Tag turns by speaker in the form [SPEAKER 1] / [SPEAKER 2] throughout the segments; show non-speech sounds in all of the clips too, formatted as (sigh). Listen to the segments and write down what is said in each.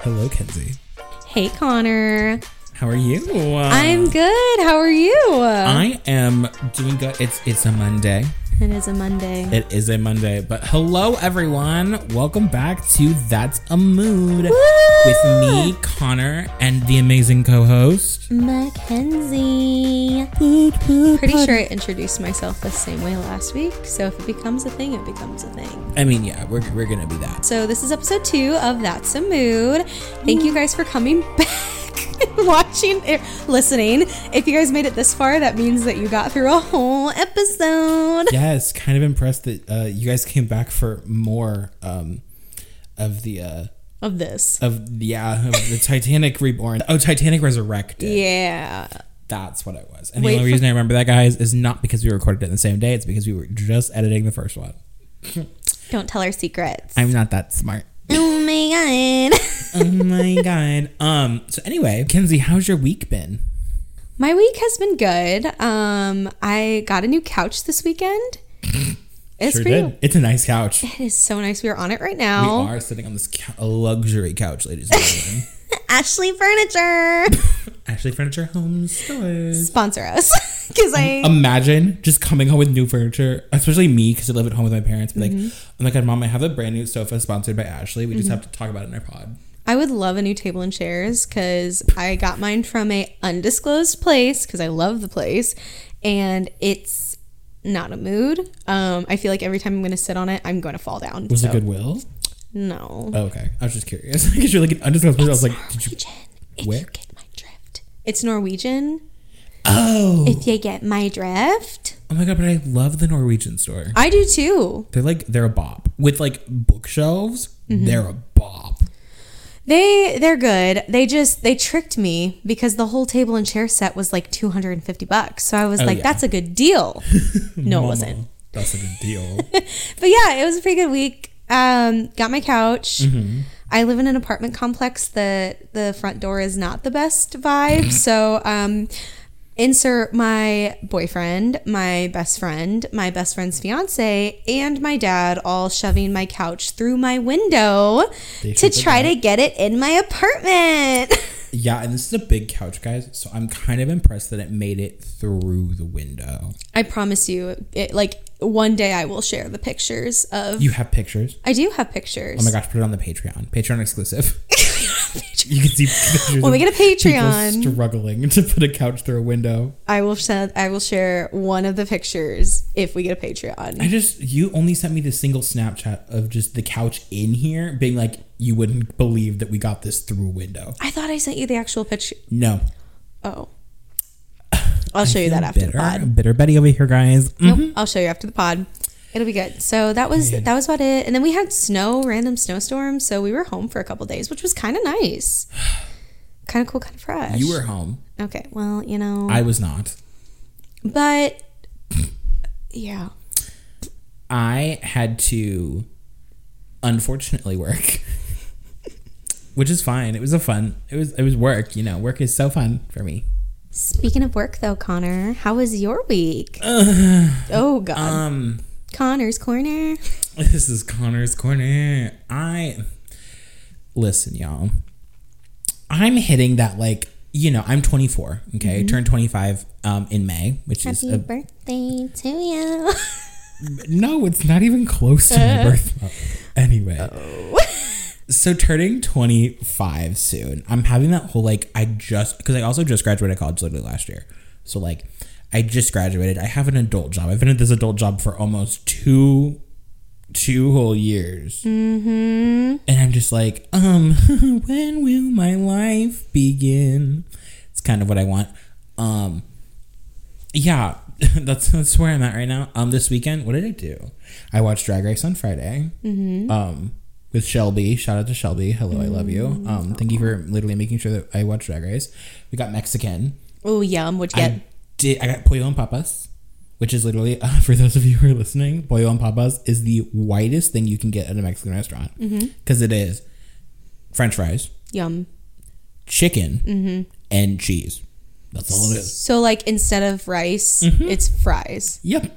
[SPEAKER 1] Hello, Kenzie.
[SPEAKER 2] Hey, Connor.
[SPEAKER 1] How are you?
[SPEAKER 2] I'm good. How are you?
[SPEAKER 1] I am doing good. It's it's a Monday.
[SPEAKER 2] it is a Monday.
[SPEAKER 1] It is a Monday. But hello, everyone. Welcome back to That's a Mood with me, Connor, and the amazing co-host.
[SPEAKER 2] Mackenzie. Pretty sure I introduced myself the same way last week. So if it becomes a thing, it becomes a thing.
[SPEAKER 1] I mean, yeah, we're we're gonna be that.
[SPEAKER 2] So this is episode two of That's a Mood. Thank
[SPEAKER 1] Mm.
[SPEAKER 2] you guys for coming (laughs) back. and Watching, er, listening. If you guys made it this far, that means that you got through a whole episode.
[SPEAKER 1] Yes, kind of impressed that uh, you guys came back for more um, of the uh,
[SPEAKER 2] Of this.
[SPEAKER 1] of yeah of the Titanic Reborn. Oh, Titanic Resurrected.
[SPEAKER 2] Yeah.
[SPEAKER 1] That's what it was. And
[SPEAKER 2] Wait
[SPEAKER 1] the only
[SPEAKER 2] for-
[SPEAKER 1] reason I remember that, guys, is not because we recorded it the same day. It's because we were just editing the first one.
[SPEAKER 2] Don't tell our secrets.
[SPEAKER 1] I'm not that smart.
[SPEAKER 2] oh my god.
[SPEAKER 1] oh my (laughs) god. Um. So anyway, Kenzie, how's your week been?
[SPEAKER 2] (laughs) My week has been good. Um, I got a new couch this weekend. It's pretty.
[SPEAKER 1] It's a nice couch.
[SPEAKER 2] It is so nice. We are on it right
[SPEAKER 1] We
[SPEAKER 2] now.
[SPEAKER 1] are sitting on this cou- a luxury couch, ladies and gentlemen.
[SPEAKER 2] (laughs) Ashley Furniture
[SPEAKER 1] (laughs) Ashley Furniture Home Stores.
[SPEAKER 2] sponsor us (laughs) because
[SPEAKER 1] Um,
[SPEAKER 2] I
[SPEAKER 1] Imagine just coming home with new furniture, especially me because I live at home with my parents. Be like,
[SPEAKER 2] Mm-hmm.
[SPEAKER 1] oh my god, mom, I have a brand new sofa sponsored by Ashley. We just have to talk about it in our pod.
[SPEAKER 2] I would love a new table and chairs because I got mine from a undisclosed place because I love the place and it's not a mood. Um, I feel like every time I'm going to sit on it, I'm going to fall down.
[SPEAKER 1] Was
[SPEAKER 2] so,
[SPEAKER 1] it Goodwill?
[SPEAKER 2] No.
[SPEAKER 1] Oh, okay, I was just curious (laughs) because you're like an undisclosed person. I was like, did you?
[SPEAKER 2] Norwegian. If
[SPEAKER 1] Where?
[SPEAKER 2] you get my drift, it's Norwegian.
[SPEAKER 1] Oh,
[SPEAKER 2] If you get my drift.
[SPEAKER 1] oh my god! But I love the Norwegian store.
[SPEAKER 2] I do too.
[SPEAKER 1] They're like they're a bop with like bookshelves.
[SPEAKER 2] Mm-hmm.
[SPEAKER 1] They're a bop.
[SPEAKER 2] They they're good. They just they tricked me because the whole table and chair set was like 250 bucks. So I was like
[SPEAKER 1] Oh, yeah.
[SPEAKER 2] that's a
[SPEAKER 1] (laughs)
[SPEAKER 2] good deal. No, it
[SPEAKER 1] Mama,
[SPEAKER 2] wasn't.
[SPEAKER 1] That's a good deal. (laughs)
[SPEAKER 2] But yeah, it was a pretty good week. Um got my couch.
[SPEAKER 1] Mm-hmm.
[SPEAKER 2] I live in an apartment complex that the front door is not the
[SPEAKER 1] (laughs)
[SPEAKER 2] best vibe. so um insert my boyfriend, my best friend, my best friend's fiance, and my dad all shoving my couch through my window
[SPEAKER 1] They
[SPEAKER 2] to
[SPEAKER 1] should put
[SPEAKER 2] try to get it in my apartment. (laughs)
[SPEAKER 1] yeah, and this is a big couch, guys. So I'm kind of impressed that it made it through the window.
[SPEAKER 2] I promise you, it, like one day I will share the pictures of.
[SPEAKER 1] You have pictures.
[SPEAKER 2] I do have pictures.
[SPEAKER 1] Oh my gosh! Put it on the Patreon. Patreon
[SPEAKER 2] (laughs)
[SPEAKER 1] exclusive. you can see pictures.
[SPEAKER 2] When we
[SPEAKER 1] of
[SPEAKER 2] get a Patreon.
[SPEAKER 1] people struggling to put a couch through a window.
[SPEAKER 2] I will send. I will share one of the pictures if we get a
[SPEAKER 1] I
[SPEAKER 2] Patreon.
[SPEAKER 1] just you only sent me the single Snapchat of just the couch in here being like you wouldn't believe that we got this through a window.
[SPEAKER 2] I thought I sent you the actual picture.
[SPEAKER 1] No,
[SPEAKER 2] Oh, I'll show you that after the
[SPEAKER 1] bitter,
[SPEAKER 2] pod.
[SPEAKER 1] bitter Betty over here, guys. Mm.
[SPEAKER 2] Nope, I'll show you after the pod. It'll be good. So that was that was about it. And then we had snow, random snowstorms. So we were home for a couple days, which was kind of
[SPEAKER 1] (sighs)
[SPEAKER 2] nice, kind of cool, kind of fresh.
[SPEAKER 1] You were home.
[SPEAKER 2] okay. Well, you know,
[SPEAKER 1] I was not.
[SPEAKER 2] but yeah.
[SPEAKER 1] I had to, unfortunately, work, (laughs) which is fine. It was a fun. It was it was work. You know, work is so fun for me.
[SPEAKER 2] Speaking of work, though, Connor, how was your
[SPEAKER 1] (sighs)
[SPEAKER 2] week? oh God,
[SPEAKER 1] Um, (laughs)
[SPEAKER 2] Connor's corner.
[SPEAKER 1] this is Connor's corner. I listen, y'all. I'm hitting that like you know I'm 24. Okay, turned 25 um in May, which is
[SPEAKER 2] Mm-hmm. Happy
[SPEAKER 1] a
[SPEAKER 2] birthday to you. (laughs)
[SPEAKER 1] No, it's not even close to my birth. month. Anyway. (laughs) so turning 25 soon. I'm having that whole like I just because I also just graduated college literally last year. So like I just graduated. I have an adult job. I've been at this adult job for almost two two whole years. Mm-hmm. And I'm just like, um, (laughs) when will my life begin? It's kind of what I want. Um yeah, (laughs) that's that's where I'm at right now. Um, this weekend, what did I do? I watched Drag Race on Friday. Mm-hmm. Um, with Shelby. Shout out to Shelby. Hello, I love you. Um, thank you for literally making sure that I watched Drag Race. We got Mexican.
[SPEAKER 2] oh, yum. What'd you get?
[SPEAKER 1] I did. I got pollo and papas, which is literally (laughs) uh, for those of you who are listening, pollo and papas is the whitest thing you can get at a Mexican restaurant because is French fries,
[SPEAKER 2] yum.
[SPEAKER 1] chicken, and cheese. That's all it is.
[SPEAKER 2] So, like, instead of rice,
[SPEAKER 1] Mm-hmm.
[SPEAKER 2] it's fries.
[SPEAKER 1] Yep.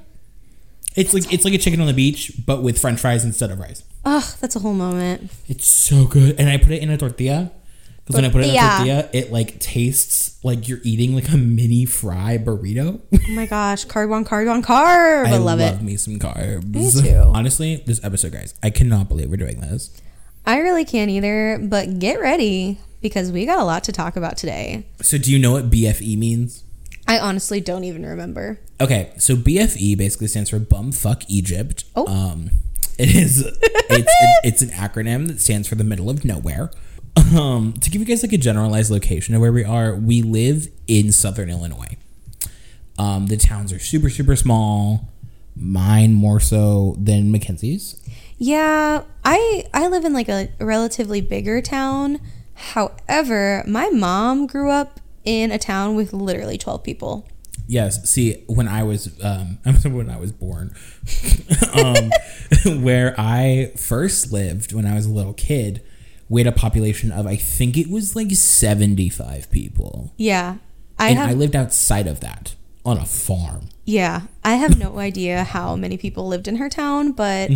[SPEAKER 1] It's like it's like a chicken on the beach, but with French fries instead of rice.
[SPEAKER 2] Ugh, that's a whole moment.
[SPEAKER 1] It's so good, and I put it in a tortilla, Because when I put it in
[SPEAKER 2] Yeah.
[SPEAKER 1] a tortilla, it like tastes like you're eating like a mini fry burrito.
[SPEAKER 2] Oh my gosh, carb on carb on carb. I,
[SPEAKER 1] I
[SPEAKER 2] love, it.
[SPEAKER 1] me some carbs.
[SPEAKER 2] Me too.
[SPEAKER 1] Honestly, this episode, guys, I cannot believe we're doing this.
[SPEAKER 2] I really can't either, but get ready because we got a lot to talk about today.
[SPEAKER 1] So, do you know what BFE means?
[SPEAKER 2] I honestly don't even remember.
[SPEAKER 1] Okay, so BFE basically stands for Bum Fuck Egypt.
[SPEAKER 2] Oh.
[SPEAKER 1] Um, it is it's it's an acronym that stands for the middle of nowhere. Um, to give you guys like a generalized location of where we are, we live in southern Illinois. Um, the towns are super super small. Mine more so than Mackenzie's.
[SPEAKER 2] Yeah, I I live in like a relatively bigger town. However, my mom grew up in a town with literally 12 people.
[SPEAKER 1] Yes. See, when I was um, (laughs) I remember when I was born, (laughs) um, (laughs) where I first lived when I was a little kid, we had a population of I think it was like seventy five people,
[SPEAKER 2] Yeah. I
[SPEAKER 1] and
[SPEAKER 2] have
[SPEAKER 1] I lived outside of that on a farm.
[SPEAKER 2] Yeah, I have no idea how many people lived in her town, but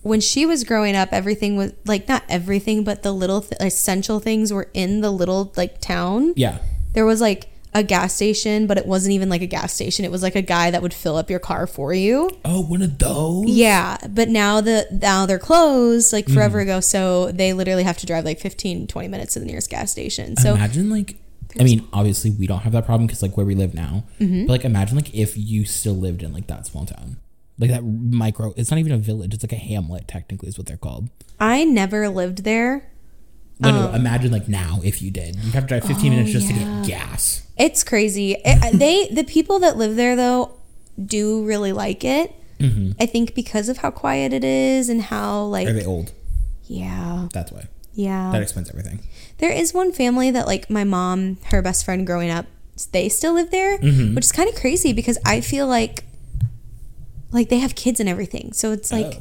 [SPEAKER 2] when she was growing up, everything was like not everything, but the little th- essential things were in the little like town.
[SPEAKER 1] Yeah.
[SPEAKER 2] There was like a gas station, but it wasn't even like a gas station. It was like a guy that would fill up your car for you.
[SPEAKER 1] Oh, one of those.
[SPEAKER 2] Yeah, but now the now they're closed like forever ago, so they literally have to drive like 15 20 minutes to the nearest gas station. So
[SPEAKER 1] imagine like. I mean, obviously, we don't have that problem because, like, where we live now. But, like, imagine like if you still lived in like that small town, like that micro. It's not even a village; it's like a hamlet, technically, is what they're called.
[SPEAKER 2] I never lived there.
[SPEAKER 1] No, no, imagine like now if you did. You'd have to drive 15 minutes just to get gas.
[SPEAKER 2] It's crazy. It, they the people that live there though do really like it. I think because of how quiet it is and how like
[SPEAKER 1] Mm-hmm. Are they old?
[SPEAKER 2] yeah
[SPEAKER 1] That's why.
[SPEAKER 2] yeah.
[SPEAKER 1] That explains everything.
[SPEAKER 2] there is one family that like my mom, her best friend growing up, they still live there,
[SPEAKER 1] Mm-hmm.
[SPEAKER 2] which is kind of crazy because I feel like like they have kids and everything, so it's like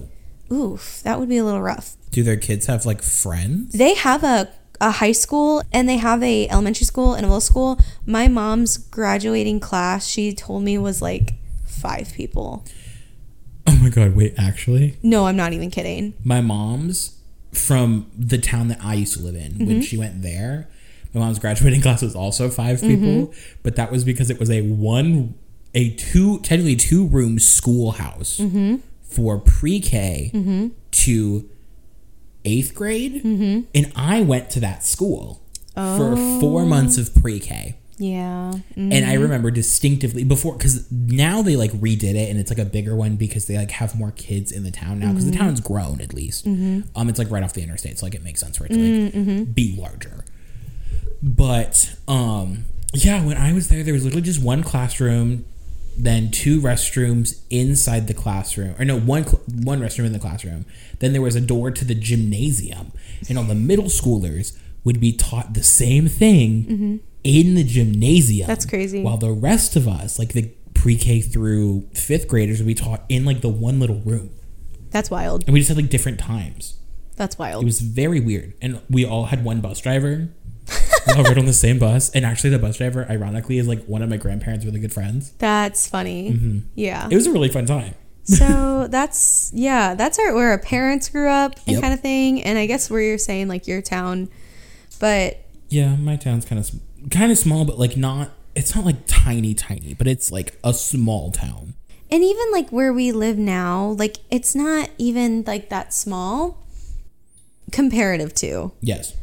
[SPEAKER 1] Oh.
[SPEAKER 2] oof that would be a little rough.
[SPEAKER 1] Do their kids have like friends?
[SPEAKER 2] They have a a high school and they have a elementary school and a middle school. My mom's graduating class, she told me was like five people.
[SPEAKER 1] Oh my god, wait, actually?
[SPEAKER 2] No, I'm not even kidding.
[SPEAKER 1] My mom's from the town that I used to live in when she went there. My mom's graduating (laughs) class was also five people, but that was because it was a one, a two, technically two room schoolhouse for pre K to eighth grade. And I went to that school for four months of pre K.
[SPEAKER 2] Yeah.
[SPEAKER 1] And I remember distinctively before because now they like redid it and it's like a bigger one because they like have more kids in the town now because the town's grown at least. Um, it's like right off the interstate, so like it makes sense for it to like be larger. But um, yeah, when I was there, there was literally just one classroom, then two restrooms inside the classroom, or no, one cl- one restroom in the classroom. Then there was a door to the gymnasium, and all the middle schoolers would be taught the same thing in the gymnasium.
[SPEAKER 2] Mm-hmm. That's crazy.
[SPEAKER 1] While the rest of us, like the pre-K through fifth graders, would be taught in like the one little room,
[SPEAKER 2] That's wild.
[SPEAKER 1] and we just had like different times.
[SPEAKER 2] That's
[SPEAKER 1] It
[SPEAKER 2] wild.
[SPEAKER 1] was very weird. And we all had one bus driver. we all rode on the same bus. And actually, the bus driver, ironically, is like one of my grandparents' really good friends.
[SPEAKER 2] That's funny. Yeah.
[SPEAKER 1] Mm-hmm. It was a really fun time.
[SPEAKER 2] so that's yeah, that's our where our parents grew up and
[SPEAKER 1] Yep.
[SPEAKER 2] kind of thing. And I guess where you're saying like your town, but
[SPEAKER 1] Yeah, my town's kind of kind of small, but like not. It's not like tiny, tiny, but it's like a small town.
[SPEAKER 2] and even like where we live now, like it's not even like that small comparative to.
[SPEAKER 1] Yes.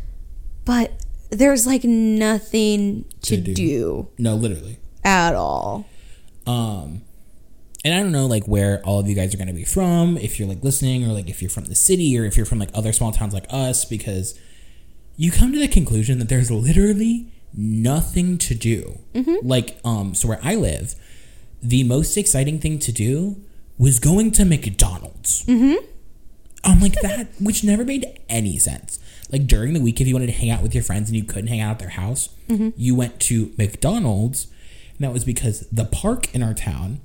[SPEAKER 2] But there's like nothing to,
[SPEAKER 1] To do.
[SPEAKER 2] do.
[SPEAKER 1] No, literally.
[SPEAKER 2] at all.
[SPEAKER 1] Um, and I don't know like where all of you guys are going to be from, if you're like listening, or like if you're from the city, or if you're from like other small towns like us, because you come to the conclusion that there's literally nothing to do. Like, um, so where I live, the most exciting thing to do was going to McDonald's. I'm like that, which never made any sense. Like during the week, if you wanted to hang out with your friends and you couldn't hang out at their house, you went to McDonald's, and that was because the park in our town.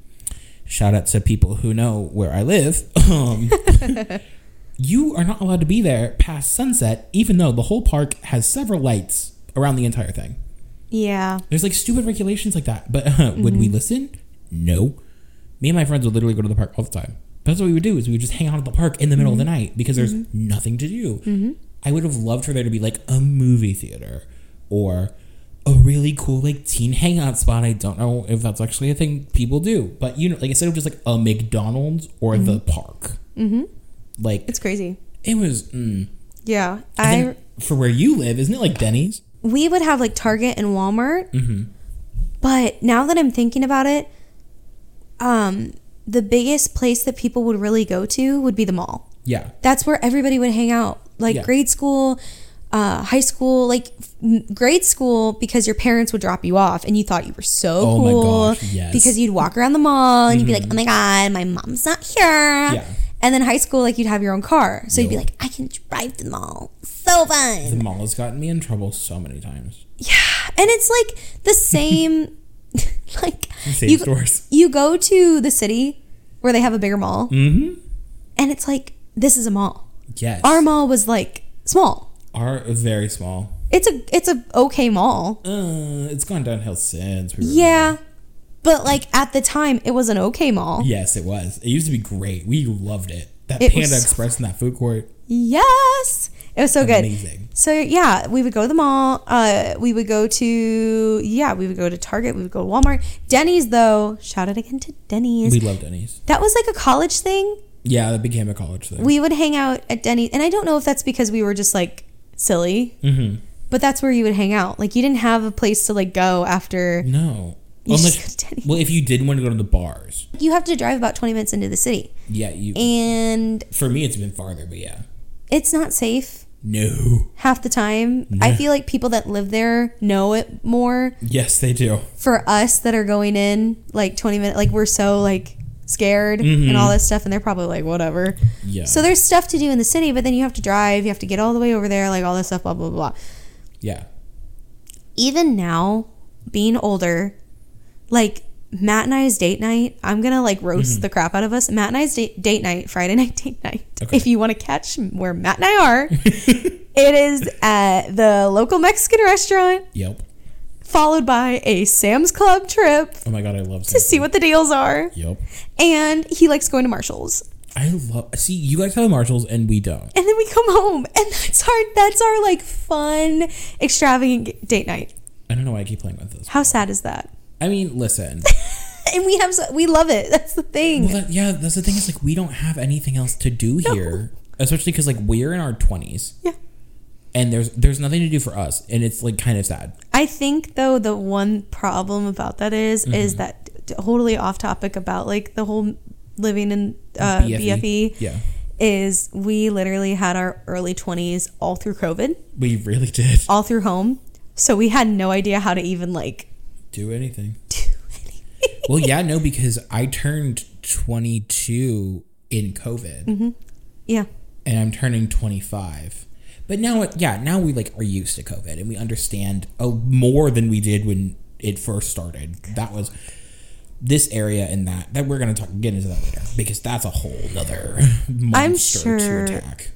[SPEAKER 1] Shout out to people who know where I live. Um, you are not allowed to be there past sunset, even though the whole park has several lights around the entire thing.
[SPEAKER 2] Yeah.
[SPEAKER 1] There's like stupid regulations like that. But (laughs) uh, would we listen? No. Me and my friends would literally go to the Mm-hmm. park all the time. That's what we would do is we would just hang out at the park in the middle of the night because there's nothing to do. I would have loved for there to be like a movie theater or a really cool like teen hangout spot. I don't know if that's actually a thing people do, but you know, like instead of just like a McDonald's or the park, mm-hmm. like
[SPEAKER 2] It's crazy.
[SPEAKER 1] it was. Mm.
[SPEAKER 2] Yeah.
[SPEAKER 1] And
[SPEAKER 2] I
[SPEAKER 1] then for where you live, isn't it like Denny's?
[SPEAKER 2] we would have like Target and Walmart. But now that I'm thinking about it, um, the biggest place that people would really go to would be the mall.
[SPEAKER 1] Yeah,
[SPEAKER 2] That's where everybody would hang out, like
[SPEAKER 1] Yeah.
[SPEAKER 2] grade school, uh, high school, like f- m- grade school, because your parents would drop you off and you thought you were so
[SPEAKER 1] Oh my
[SPEAKER 2] cool
[SPEAKER 1] gosh, yes. Mm-hmm.
[SPEAKER 2] because you'd walk around the mall and you'd be like, oh my god, my mom's not here.
[SPEAKER 1] Yeah.
[SPEAKER 2] And then high school, like you'd have your own car, so you'd be
[SPEAKER 1] Yeah.
[SPEAKER 2] like, I can drive to the mall, so fun.
[SPEAKER 1] the mall has gotten me in trouble so many times.
[SPEAKER 2] and it's like
[SPEAKER 1] (laughs)
[SPEAKER 2] the same (laughs) like
[SPEAKER 1] Same
[SPEAKER 2] you,
[SPEAKER 1] stores.
[SPEAKER 2] you go to the city where they have a bigger mall
[SPEAKER 1] Mm-hmm.
[SPEAKER 2] and it's like this is a mall
[SPEAKER 1] Yes,
[SPEAKER 2] our mall was like small
[SPEAKER 1] are very small.
[SPEAKER 2] it's a it's a okay mall
[SPEAKER 1] Uh, it's gone downhill since. We were
[SPEAKER 2] yeah but like at the time it was an okay mall
[SPEAKER 1] Yes, it was. It used to be great. We loved it. That
[SPEAKER 2] It
[SPEAKER 1] Panda
[SPEAKER 2] was so
[SPEAKER 1] Express in that food court.
[SPEAKER 2] yes it was so good
[SPEAKER 1] Amazing.
[SPEAKER 2] so yeah we would go to the mall uh we would go to yeah we would go to target we would go to walmart denny's though shout out again to denny's
[SPEAKER 1] We loved Denny's.
[SPEAKER 2] that was like a college thing
[SPEAKER 1] Yeah, that became a college thing.
[SPEAKER 2] we would hang out at Denny, and I don't know if that's because we were just like silly,
[SPEAKER 1] Mm-hmm.
[SPEAKER 2] but that's where you would hang out. Like you didn't have a place to like go after.
[SPEAKER 1] no.
[SPEAKER 2] You just
[SPEAKER 1] Unless,
[SPEAKER 2] go to Denny's.
[SPEAKER 1] well, if you did want to go to the bars,
[SPEAKER 2] You have to drive about twenty minutes into the city,
[SPEAKER 1] yeah, you.
[SPEAKER 2] and
[SPEAKER 1] for me, it's been farther, but yeah.
[SPEAKER 2] it's not safe
[SPEAKER 1] No.
[SPEAKER 2] half the time. I feel like people that live there know it more.
[SPEAKER 1] Yes, they do.
[SPEAKER 2] For us that are going in like twenty minutes, like we're so like scared and all this stuff, and they're probably like whatever.
[SPEAKER 1] Mm-hmm. Yeah.
[SPEAKER 2] So there's stuff to do in the city, but then you have to drive. You have to get all the way over there, like all this stuff. Blah blah blah. blah.
[SPEAKER 1] yeah. (laughs)
[SPEAKER 2] even now, being older, like Matt and I's date night, I'm gonna like
[SPEAKER 1] Mm-hmm.
[SPEAKER 2] roast the crap out of us. Matt and I's date, date night, Friday (laughs) night date night.
[SPEAKER 1] Okay.
[SPEAKER 2] If you want to catch where Matt and I are, it is at the local Mexican restaurant,
[SPEAKER 1] Yep.
[SPEAKER 2] followed by a Sam's Club trip
[SPEAKER 1] Oh my god, I love
[SPEAKER 2] to see what the deals are.
[SPEAKER 1] Yep.
[SPEAKER 2] And he likes going to Marshalls.
[SPEAKER 1] I love. See, you guys have the Marshalls, and we don't.
[SPEAKER 2] And then we come home, and that's our that's our like fun, extravagant date night.
[SPEAKER 1] I don't know why I keep playing with this.
[SPEAKER 2] How sad is that?
[SPEAKER 1] I mean, listen.
[SPEAKER 2] And we have so, we love it. (laughs) That's the thing.
[SPEAKER 1] Well, that, yeah, that's the thing. Is like we don't have anything else to do here, especially because like we're in our twenties.
[SPEAKER 2] Yeah.
[SPEAKER 1] And there's there's nothing to do for us, and it's like kind of sad.
[SPEAKER 2] I think though the one problem about that is- is that t- totally off topic about like the whole living in uh, BFE,
[SPEAKER 1] Yeah,
[SPEAKER 2] is we literally had our early 20s all through COVID,
[SPEAKER 1] we really did (laughs)
[SPEAKER 2] all through home. So we had no idea how to even like
[SPEAKER 1] do anything.
[SPEAKER 2] do anything.
[SPEAKER 1] Well, yeah, no, because I turned 22 in COVID,
[SPEAKER 2] yeah.
[SPEAKER 1] and I'm turning 25. But now, it- yeah, now we like are used to COVID, and we understand oh, more than we did when it first started. That was this area and that that we're gonna talk get into that later because that's a whole
[SPEAKER 2] (laughs)
[SPEAKER 1] nother monster
[SPEAKER 2] sure-
[SPEAKER 1] to attack.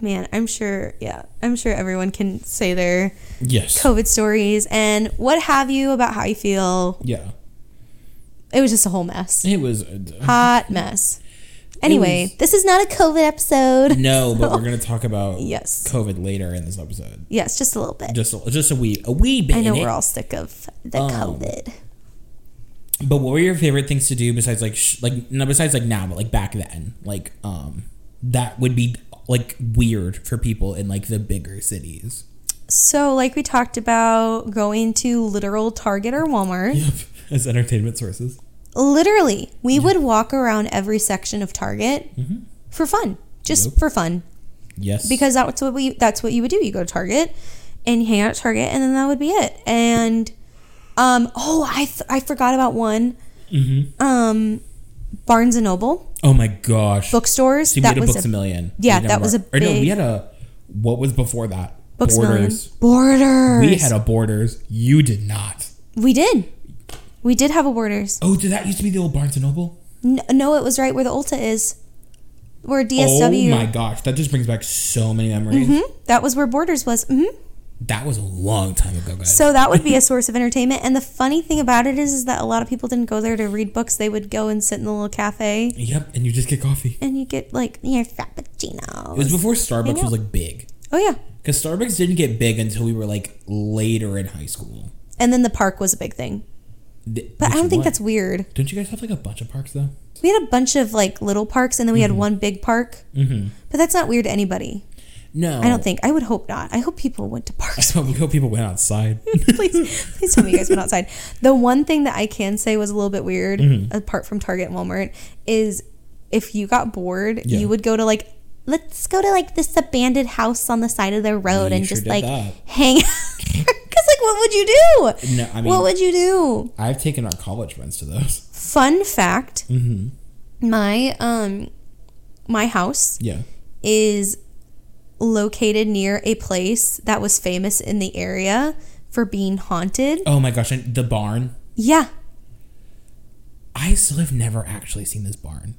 [SPEAKER 2] Man, I'm sure yeah. I'm sure everyone can say their
[SPEAKER 1] Yes.
[SPEAKER 2] COVID stories and what have you about how you feel.
[SPEAKER 1] yeah.
[SPEAKER 2] It was just a whole mess.
[SPEAKER 1] It was uh,
[SPEAKER 2] Hot mess. Anyway,
[SPEAKER 1] was-
[SPEAKER 2] this is not a COVID episode.
[SPEAKER 1] no, but we're gonna talk about
[SPEAKER 2] (laughs) Yes.
[SPEAKER 1] COVID later in this episode.
[SPEAKER 2] Yes, just a little bit.
[SPEAKER 1] Just a, just a wee a wee bit.
[SPEAKER 2] I know
[SPEAKER 1] in it. Um,
[SPEAKER 2] we're all sick of the COVID.
[SPEAKER 1] But what were your favorite things to do besides like sh- like not besides like now, but like back then? Like um that would be like weird for people in like the bigger cities. (laughs)
[SPEAKER 2] So, like we talked about, going to literal Target or Walmart.
[SPEAKER 1] As entertainment sources.
[SPEAKER 2] Literally, we would walk around every section of Target for fun, just
[SPEAKER 1] Mm-hmm. Yep.
[SPEAKER 2] for fun,
[SPEAKER 1] Yes.
[SPEAKER 2] because that's what we that's what you would do. You go to Target and you hang out at Target, and then that would be it. And um, oh, I th- I forgot about one.
[SPEAKER 1] Mm-hmm.
[SPEAKER 2] Um, Barnes and Noble
[SPEAKER 1] Oh my gosh.
[SPEAKER 2] bookstores.
[SPEAKER 1] See, we
[SPEAKER 2] that
[SPEAKER 1] had a
[SPEAKER 2] was
[SPEAKER 1] Books a,
[SPEAKER 2] a
[SPEAKER 1] Million.
[SPEAKER 2] yeah,
[SPEAKER 1] We did
[SPEAKER 2] that
[SPEAKER 1] a
[SPEAKER 2] was a
[SPEAKER 1] bar- Or no, we
[SPEAKER 2] big-
[SPEAKER 1] had a what was before that?
[SPEAKER 2] Books a Million.
[SPEAKER 1] Borders.
[SPEAKER 2] Borders.
[SPEAKER 1] We had a Borders. You did not.
[SPEAKER 2] We did. We did have a Borders.
[SPEAKER 1] Oh, did that used to be the old Barnes and Noble?
[SPEAKER 2] N- No, it was right where the Ulta is. Where
[SPEAKER 1] Oh
[SPEAKER 2] DSW.
[SPEAKER 1] my gosh, that just brings back so many memories.
[SPEAKER 2] Mm-hmm. That was where Borders was. hmm
[SPEAKER 1] That was a long time ago, guys.
[SPEAKER 2] So that would be a source of entertainment. And the funny thing about it is, is that a lot of people didn't go there to read books. They would go and sit in the little cafe
[SPEAKER 1] yep, and you just get coffee.
[SPEAKER 2] and you get like your
[SPEAKER 1] It was
[SPEAKER 2] frappuccinos.
[SPEAKER 1] before Starbucks
[SPEAKER 2] know.
[SPEAKER 1] was like big.
[SPEAKER 2] Oh yeah.
[SPEAKER 1] Because Starbucks didn't get big until we were like later in high school.
[SPEAKER 2] And then the park was a big thing.
[SPEAKER 1] Th-
[SPEAKER 2] But I
[SPEAKER 1] which
[SPEAKER 2] don't think
[SPEAKER 1] one-
[SPEAKER 2] that's weird.
[SPEAKER 1] Don't you guys have like a bunch of parks though?
[SPEAKER 2] We had a bunch of like little parks and then we had one big park. Mm-hmm. But that's not weird to anybody.
[SPEAKER 1] No,
[SPEAKER 2] I don't think. I would hope not. I hope people went to
[SPEAKER 1] (laughs)
[SPEAKER 2] parks.
[SPEAKER 1] So we hope people went
[SPEAKER 2] (laughs)
[SPEAKER 1] outside.
[SPEAKER 2] please, please tell me you guys went outside. The one thing that I can say was a little bit weird,
[SPEAKER 1] Mm-hmm.
[SPEAKER 2] apart from Target and Walmart, is if you got bored,
[SPEAKER 1] Yeah.
[SPEAKER 2] you would go to like, let's go to like this abandoned house on the side of the road
[SPEAKER 1] You
[SPEAKER 2] and
[SPEAKER 1] sure
[SPEAKER 2] just
[SPEAKER 1] did
[SPEAKER 2] like
[SPEAKER 1] that.
[SPEAKER 2] hang out. (laughs) Because like, what would you do?
[SPEAKER 1] No, I mean-
[SPEAKER 2] what would you do?
[SPEAKER 1] I've taken our college friends to those.
[SPEAKER 2] Fun fact:
[SPEAKER 1] Mm-hmm.
[SPEAKER 2] my um, my house
[SPEAKER 1] Yeah.
[SPEAKER 2] is located near a place that was famous in the area for being haunted.
[SPEAKER 1] Oh my gosh, and the barn.
[SPEAKER 2] Yeah,
[SPEAKER 1] I still have never actually seen this barn.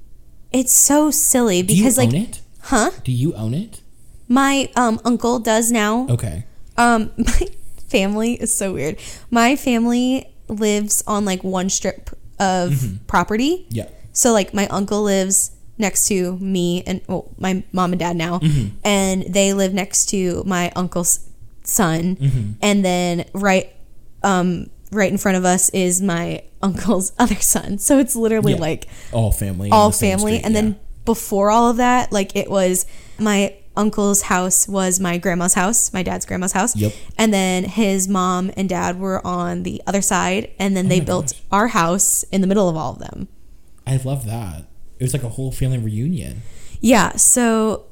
[SPEAKER 2] it's so silly
[SPEAKER 1] Do you
[SPEAKER 2] because
[SPEAKER 1] own
[SPEAKER 2] like
[SPEAKER 1] it?
[SPEAKER 2] huh?
[SPEAKER 1] Do you own it?
[SPEAKER 2] My um uncle does now.
[SPEAKER 1] Okay.
[SPEAKER 2] Um (laughs) my family is so weird. My family lives on like one strip of
[SPEAKER 1] Mm-hmm.
[SPEAKER 2] property.
[SPEAKER 1] Yeah.
[SPEAKER 2] So like my uncle lives next to me and well, my mom and dad now,
[SPEAKER 1] Mm-hmm.
[SPEAKER 2] and they live next to my uncle's son,
[SPEAKER 1] Mm-hmm.
[SPEAKER 2] and then right, um, right in front of us is my uncle's (laughs) other son. So it's literally
[SPEAKER 1] Yeah.
[SPEAKER 2] like
[SPEAKER 1] All family. in
[SPEAKER 2] all
[SPEAKER 1] the same
[SPEAKER 2] family,
[SPEAKER 1] street,
[SPEAKER 2] and
[SPEAKER 1] yeah.
[SPEAKER 2] then before all of that, like it was my uncle's house was my grandma's house, my dad's grandma's house,
[SPEAKER 1] Yep.
[SPEAKER 2] and then his mom and dad were on the other side, and then they
[SPEAKER 1] Oh my
[SPEAKER 2] built
[SPEAKER 1] gosh.
[SPEAKER 2] our house in the middle of all of them.
[SPEAKER 1] I love that. It was like a whole family reunion.
[SPEAKER 2] Yeah, so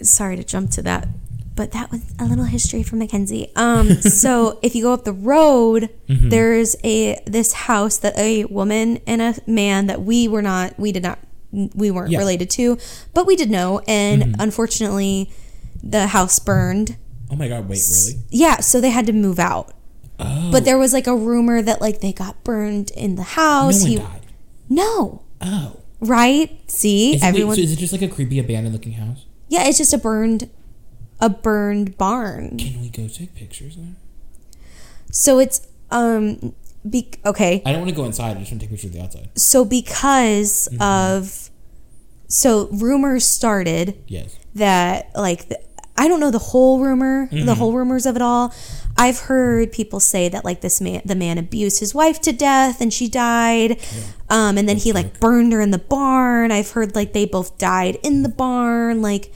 [SPEAKER 2] sorry to jump to that, but that was a little history from Mackenzie.
[SPEAKER 1] (laughs)
[SPEAKER 2] Um so if you go up the road,
[SPEAKER 1] Mm-hmm.
[SPEAKER 2] there's a this house that a woman and a man that we were not we did not we weren't
[SPEAKER 1] Yeah. Mm-hmm.
[SPEAKER 2] related to, but we did know and unfortunately the house burned.
[SPEAKER 1] Oh my god! Wait, really?
[SPEAKER 2] Yeah, so they had to move out.
[SPEAKER 1] Oh,
[SPEAKER 2] But there was like a rumor that like they got burned in the
[SPEAKER 1] Oh,
[SPEAKER 2] house.
[SPEAKER 1] no one
[SPEAKER 2] he
[SPEAKER 1] died.
[SPEAKER 2] No.
[SPEAKER 1] Oh,
[SPEAKER 2] Right? See?
[SPEAKER 1] is It, wait,
[SPEAKER 2] Everyone
[SPEAKER 1] so is it just like a creepy abandoned looking house?
[SPEAKER 2] Yeah, it's just a burned a burned barn.
[SPEAKER 1] Can we go take pictures? There?
[SPEAKER 2] So it's um be- okay.
[SPEAKER 1] I don't want to go inside. I just want to take pictures of the outside.
[SPEAKER 2] So because of so rumors started
[SPEAKER 1] Yes.
[SPEAKER 2] that like the, I don't know the whole rumor, the whole rumors of it all. I've heard people say that like this man, the man abused his wife to death and she died, um, and then he like burned her in the barn. I've heard like they both died in the barn, like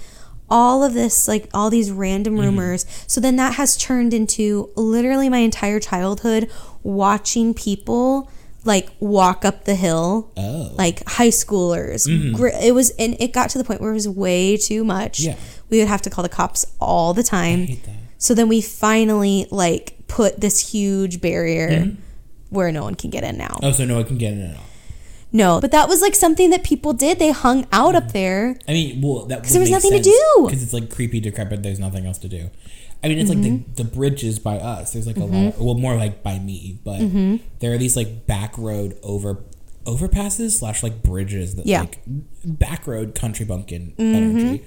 [SPEAKER 2] all of this, like all these random rumors. So then that has turned into literally my entire childhood watching people like walk up the hill
[SPEAKER 1] Oh.
[SPEAKER 2] like high schoolers. Gr- It was, and it got to the point where it was way too much.
[SPEAKER 1] Mm-hmm. Yeah.
[SPEAKER 2] We would have to call the cops all the
[SPEAKER 1] I
[SPEAKER 2] time.
[SPEAKER 1] hate that.
[SPEAKER 2] So then we finally like put this huge barrier where no one can get in now.
[SPEAKER 1] Mm-hmm. Oh, so no one can get in at all.
[SPEAKER 2] No, but that was like something that people did. They hung out
[SPEAKER 1] Oh
[SPEAKER 2] up there.
[SPEAKER 1] I mean, well, that because
[SPEAKER 2] there was nothing to do.
[SPEAKER 1] because it's like creepy, decrepit. There's nothing else to do. I mean, it's
[SPEAKER 2] Mm-hmm.
[SPEAKER 1] like the the bridges by us. There's like a lot. Well, more like by me, but
[SPEAKER 2] Mm-hmm.
[SPEAKER 1] there are these like back road over overpasses slash like bridges that
[SPEAKER 2] Yeah. Mm-hmm.
[SPEAKER 1] like back road country bumpkin energy.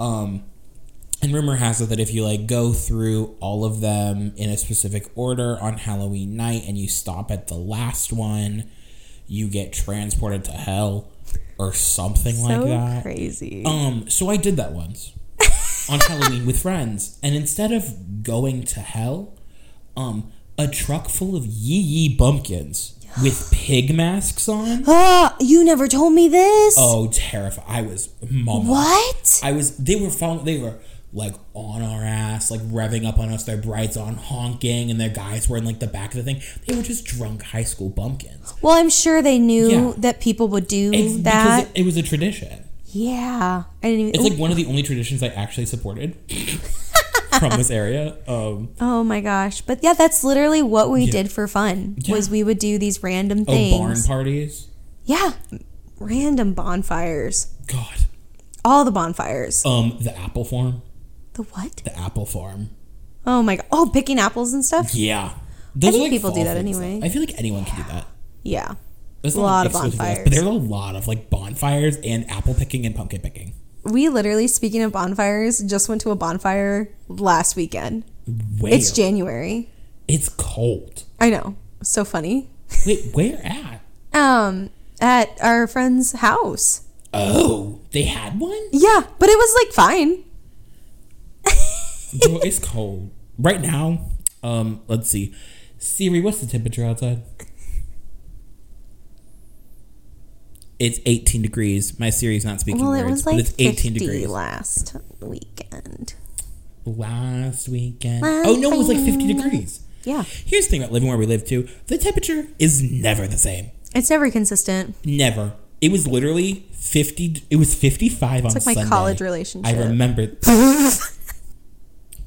[SPEAKER 1] Um, and rumor has it that if you like go through all of them in a specific order on Halloween night and you stop at the last one, you get transported to hell or something like that.
[SPEAKER 2] crazy.
[SPEAKER 1] Um, so I did that
[SPEAKER 2] (laughs)
[SPEAKER 1] once on Halloween with friends, and instead of going to hell, um, a truck full of yee yee
[SPEAKER 2] (gasps)
[SPEAKER 1] bumpkins with pig masks on.
[SPEAKER 2] Ah, you never told me this.
[SPEAKER 1] Oh, terrifying! I was mama.
[SPEAKER 2] What?
[SPEAKER 1] I was. They were following. They were like on our ass, like revving up on us. Their brides on honking, and their guys were in like the back of the thing. They were just drunk high school bumpkins.
[SPEAKER 2] Well, I'm sure they knew
[SPEAKER 1] Yeah.
[SPEAKER 2] that people would do
[SPEAKER 1] It's
[SPEAKER 2] that.
[SPEAKER 1] because it, it was a tradition.
[SPEAKER 2] yeah. I didn't even.
[SPEAKER 1] It's like one of the only traditions I actually
[SPEAKER 2] (laughs)
[SPEAKER 1] supported from this area. Um,
[SPEAKER 2] Oh my gosh. But yeah, that's literally what we
[SPEAKER 1] Yeah.
[SPEAKER 2] did for fun. Was
[SPEAKER 1] Yeah.
[SPEAKER 2] we would do these random
[SPEAKER 1] oh, barn
[SPEAKER 2] things.
[SPEAKER 1] parties.
[SPEAKER 2] yeah. Random bonfires.
[SPEAKER 1] God.
[SPEAKER 2] All the bonfires.
[SPEAKER 1] Um, the apple farm.
[SPEAKER 2] The what?
[SPEAKER 1] The apple farm.
[SPEAKER 2] Oh my god. Oh, picking apples and stuff?
[SPEAKER 1] Yeah. Those
[SPEAKER 2] think
[SPEAKER 1] are,
[SPEAKER 2] people do
[SPEAKER 1] fall
[SPEAKER 2] that
[SPEAKER 1] things, though.
[SPEAKER 2] anyway.
[SPEAKER 1] I feel like anyone can do that.
[SPEAKER 2] Yeah.
[SPEAKER 1] There's
[SPEAKER 2] A lot of
[SPEAKER 1] exclusive events,
[SPEAKER 2] bonfires.
[SPEAKER 1] but there are a lot of like bonfires and apple picking and pumpkin picking.
[SPEAKER 2] We literally, speaking of bonfires, just went to a bonfire last weekend.
[SPEAKER 1] Where?
[SPEAKER 2] It's January.
[SPEAKER 1] It's cold.
[SPEAKER 2] I know. So funny.
[SPEAKER 1] Wait, where at?
[SPEAKER 2] Um, at our friend's house.
[SPEAKER 1] Oh, they had one?
[SPEAKER 2] Yeah, but it was like fine.
[SPEAKER 1] Girl, it's cold right now. Um, let's see. Siri, what's the temperature outside? It's 18 degrees. My Siri's not speaking
[SPEAKER 2] well, it
[SPEAKER 1] words,
[SPEAKER 2] was
[SPEAKER 1] but
[SPEAKER 2] like
[SPEAKER 1] it's 18
[SPEAKER 2] fifty
[SPEAKER 1] degrees.
[SPEAKER 2] last weekend.
[SPEAKER 1] Last weekend.
[SPEAKER 2] Last
[SPEAKER 1] oh no, it was like 50
[SPEAKER 2] weekend.
[SPEAKER 1] degrees.
[SPEAKER 2] Yeah,
[SPEAKER 1] Here's the thing about living where we live too. The temperature is never the same.
[SPEAKER 2] it's never consistent.
[SPEAKER 1] Never. It was literally 50 it was 55 on
[SPEAKER 2] It's like my
[SPEAKER 1] Sunday.
[SPEAKER 2] college
[SPEAKER 1] I
[SPEAKER 2] relationship. (laughs)
[SPEAKER 1] remember.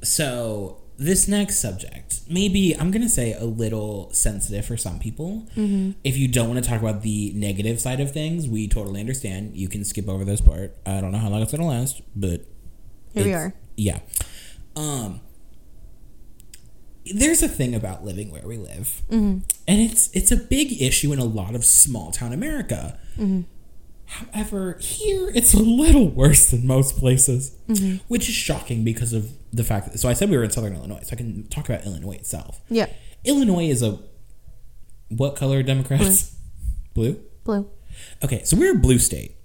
[SPEAKER 1] so this next subject, maybe I'm gonna say a little sensitive for some people.
[SPEAKER 2] Mm-hmm.
[SPEAKER 1] If you don't want to talk about the negative side of things, we totally understand. You can skip over this part. I don't know how long it's gonna last, but
[SPEAKER 2] Here we
[SPEAKER 1] it's-
[SPEAKER 2] are.
[SPEAKER 1] Yeah. Um. There's a thing about living where we live,
[SPEAKER 2] Mm-hmm.
[SPEAKER 1] and it's it's a big issue in a lot of small town America.
[SPEAKER 2] Mm-hmm.
[SPEAKER 1] However, here it's a little worse than most places,
[SPEAKER 2] Mm-hmm.
[SPEAKER 1] which is shocking because of the fact that. So I said we were in Southern Illinois, so I can talk about Illinois itself.
[SPEAKER 2] Yeah,
[SPEAKER 1] Illinois is a what color are Democrats? blue?
[SPEAKER 2] blue.
[SPEAKER 1] Okay, so we're a blue state.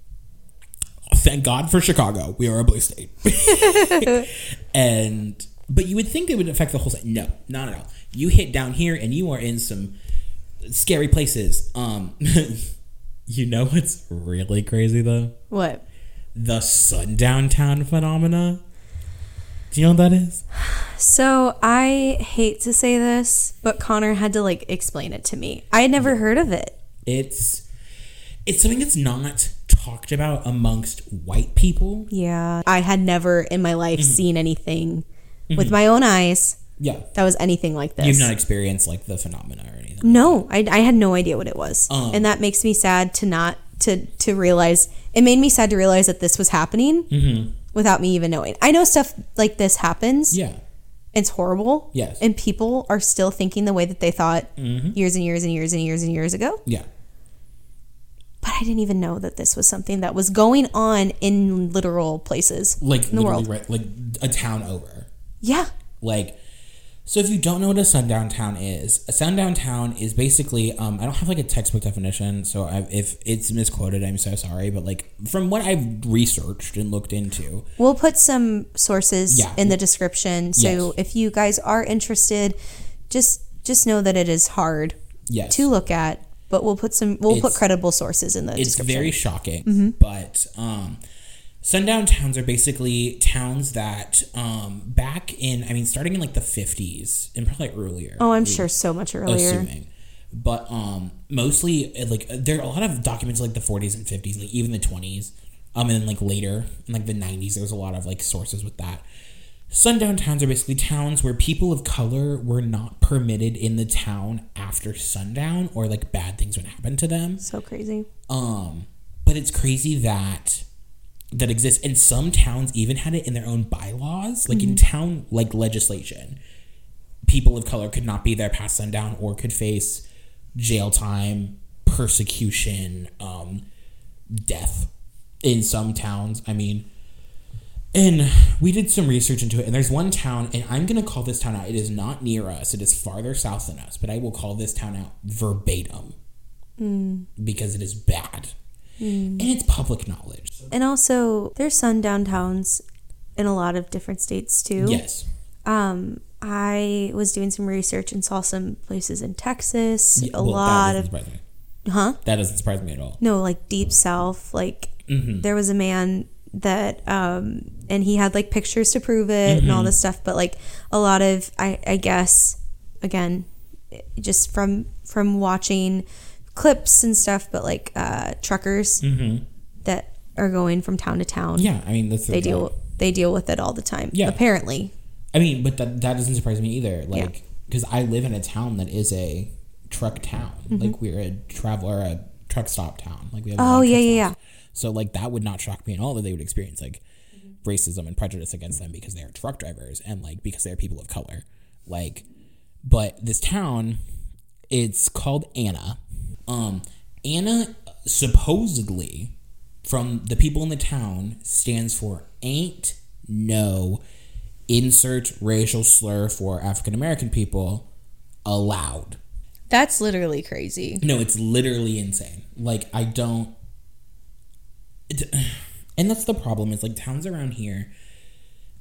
[SPEAKER 1] Thank God for Chicago. We are a blue state. (laughs) and but you would think it would affect the whole state. No, not at all. You hit down here and you are in some scary places. Um (laughs) you know what's really crazy though?
[SPEAKER 2] What?
[SPEAKER 1] The sundown town phenomena. Do you know what that is?
[SPEAKER 2] So I hate to say this, but Connor had to like explain it to me. I had never heard of it.
[SPEAKER 1] It's it's something that's not talked about amongst white people.
[SPEAKER 2] Yeah, I had never in my life Mm-hmm. seen anything with my own eyes
[SPEAKER 1] Yeah.
[SPEAKER 2] that was anything like this.
[SPEAKER 1] You've not experienced like the phenomena or anything.
[SPEAKER 2] No, I, I had no idea what it was, and that makes me sad to not to to realize. It made me sad to realize that this was happening without me even knowing. I know stuff like this happens.
[SPEAKER 1] Yeah.
[SPEAKER 2] It's horrible.
[SPEAKER 1] Yes.
[SPEAKER 2] and people are still thinking the way that they thought
[SPEAKER 1] Mm-hmm.
[SPEAKER 2] years and years and years and years and years ago.
[SPEAKER 1] Yeah.
[SPEAKER 2] But I didn't even know that this was something that was going on in literal places.
[SPEAKER 1] Like
[SPEAKER 2] the
[SPEAKER 1] literally
[SPEAKER 2] world.
[SPEAKER 1] right like a town over.
[SPEAKER 2] Yeah,
[SPEAKER 1] Like so if you don't know what a sundown town is, a sundown town is basically um I don't have like a textbook definition, so I, if it's misquoted, I'm so sorry, but like from what I've researched and looked into,
[SPEAKER 2] We'll put some sources
[SPEAKER 1] Yeah.
[SPEAKER 2] in the description. So if you guys are interested, just just know that it is hard
[SPEAKER 1] yes.
[SPEAKER 2] to look at, but we'll put some we'll put
[SPEAKER 1] It's-
[SPEAKER 2] credible sources in the
[SPEAKER 1] it's
[SPEAKER 2] description.
[SPEAKER 1] very shocking.
[SPEAKER 2] Mm-hmm.
[SPEAKER 1] But um, sundown towns are basically towns that um, back in, I mean, starting in like the 50s and probably earlier.
[SPEAKER 2] oh, I'm sure so much earlier.
[SPEAKER 1] assuming. But um, mostly uh, like there are a lot of documents like the 40s and 50s, like even the 20s, um, and then like later in like the 90s, there's a lot of like sources with that. Sundown towns are basically towns where people of color were not permitted in the town after sundown, or like bad things would happen to them.
[SPEAKER 2] So crazy.
[SPEAKER 1] Um, but it's crazy that that exists, and some towns even had it in their own bylaws, like in town like legislation. People of color could not be there past sundown, or could face jail time, persecution, um, death. In some towns, I mean. And we did some research into it, and there's one town, and I'm gonna call this town out. It is not near us; it is farther south than us. But I will call this town out verbatim because it is bad.
[SPEAKER 2] Hmm.
[SPEAKER 1] And it's public knowledge.
[SPEAKER 2] And also there's sundown towns in a lot of different states too.
[SPEAKER 1] Yes.
[SPEAKER 2] Um I was doing some research and saw some places in Texas,
[SPEAKER 1] Yeah,
[SPEAKER 2] a
[SPEAKER 1] well, that
[SPEAKER 2] lot
[SPEAKER 1] doesn't
[SPEAKER 2] of
[SPEAKER 1] surprise me.
[SPEAKER 2] huh?
[SPEAKER 1] That doesn't surprise me at all.
[SPEAKER 2] no like deep south like
[SPEAKER 1] Mm-hmm.
[SPEAKER 2] there was a man that um and he had like pictures to prove it and
[SPEAKER 1] Mm-hmm.
[SPEAKER 2] all this stuff but like a lot of i i guess again just from from watching clips and stuff but like uh truckers that are going from town to town
[SPEAKER 1] Mm-hmm. Yeah, I mean that's
[SPEAKER 2] they deal they deal with it all the time
[SPEAKER 1] Yeah.
[SPEAKER 2] apparently
[SPEAKER 1] I mean, but that that doesn't surprise me either. Like, because I live in a town that is a truck town. Like we're a traveler, a truck stop town. Like we have. a lot
[SPEAKER 2] Mm-hmm. Oh,
[SPEAKER 1] of
[SPEAKER 2] yeah,
[SPEAKER 1] truck
[SPEAKER 2] yeah,
[SPEAKER 1] stops. So like that would not shock me at all that they would experience like racism and prejudice against them because they're truck drivers and like because they're people of color. Like, but this town, it's called Anna. Um, Anna supposedly from the people in the town stands for ain't no insert racial slur for African American people allowed.
[SPEAKER 2] that's literally crazy
[SPEAKER 1] No, it's literally insane. Like I don't (sighs) it- and that's the problem is like towns around here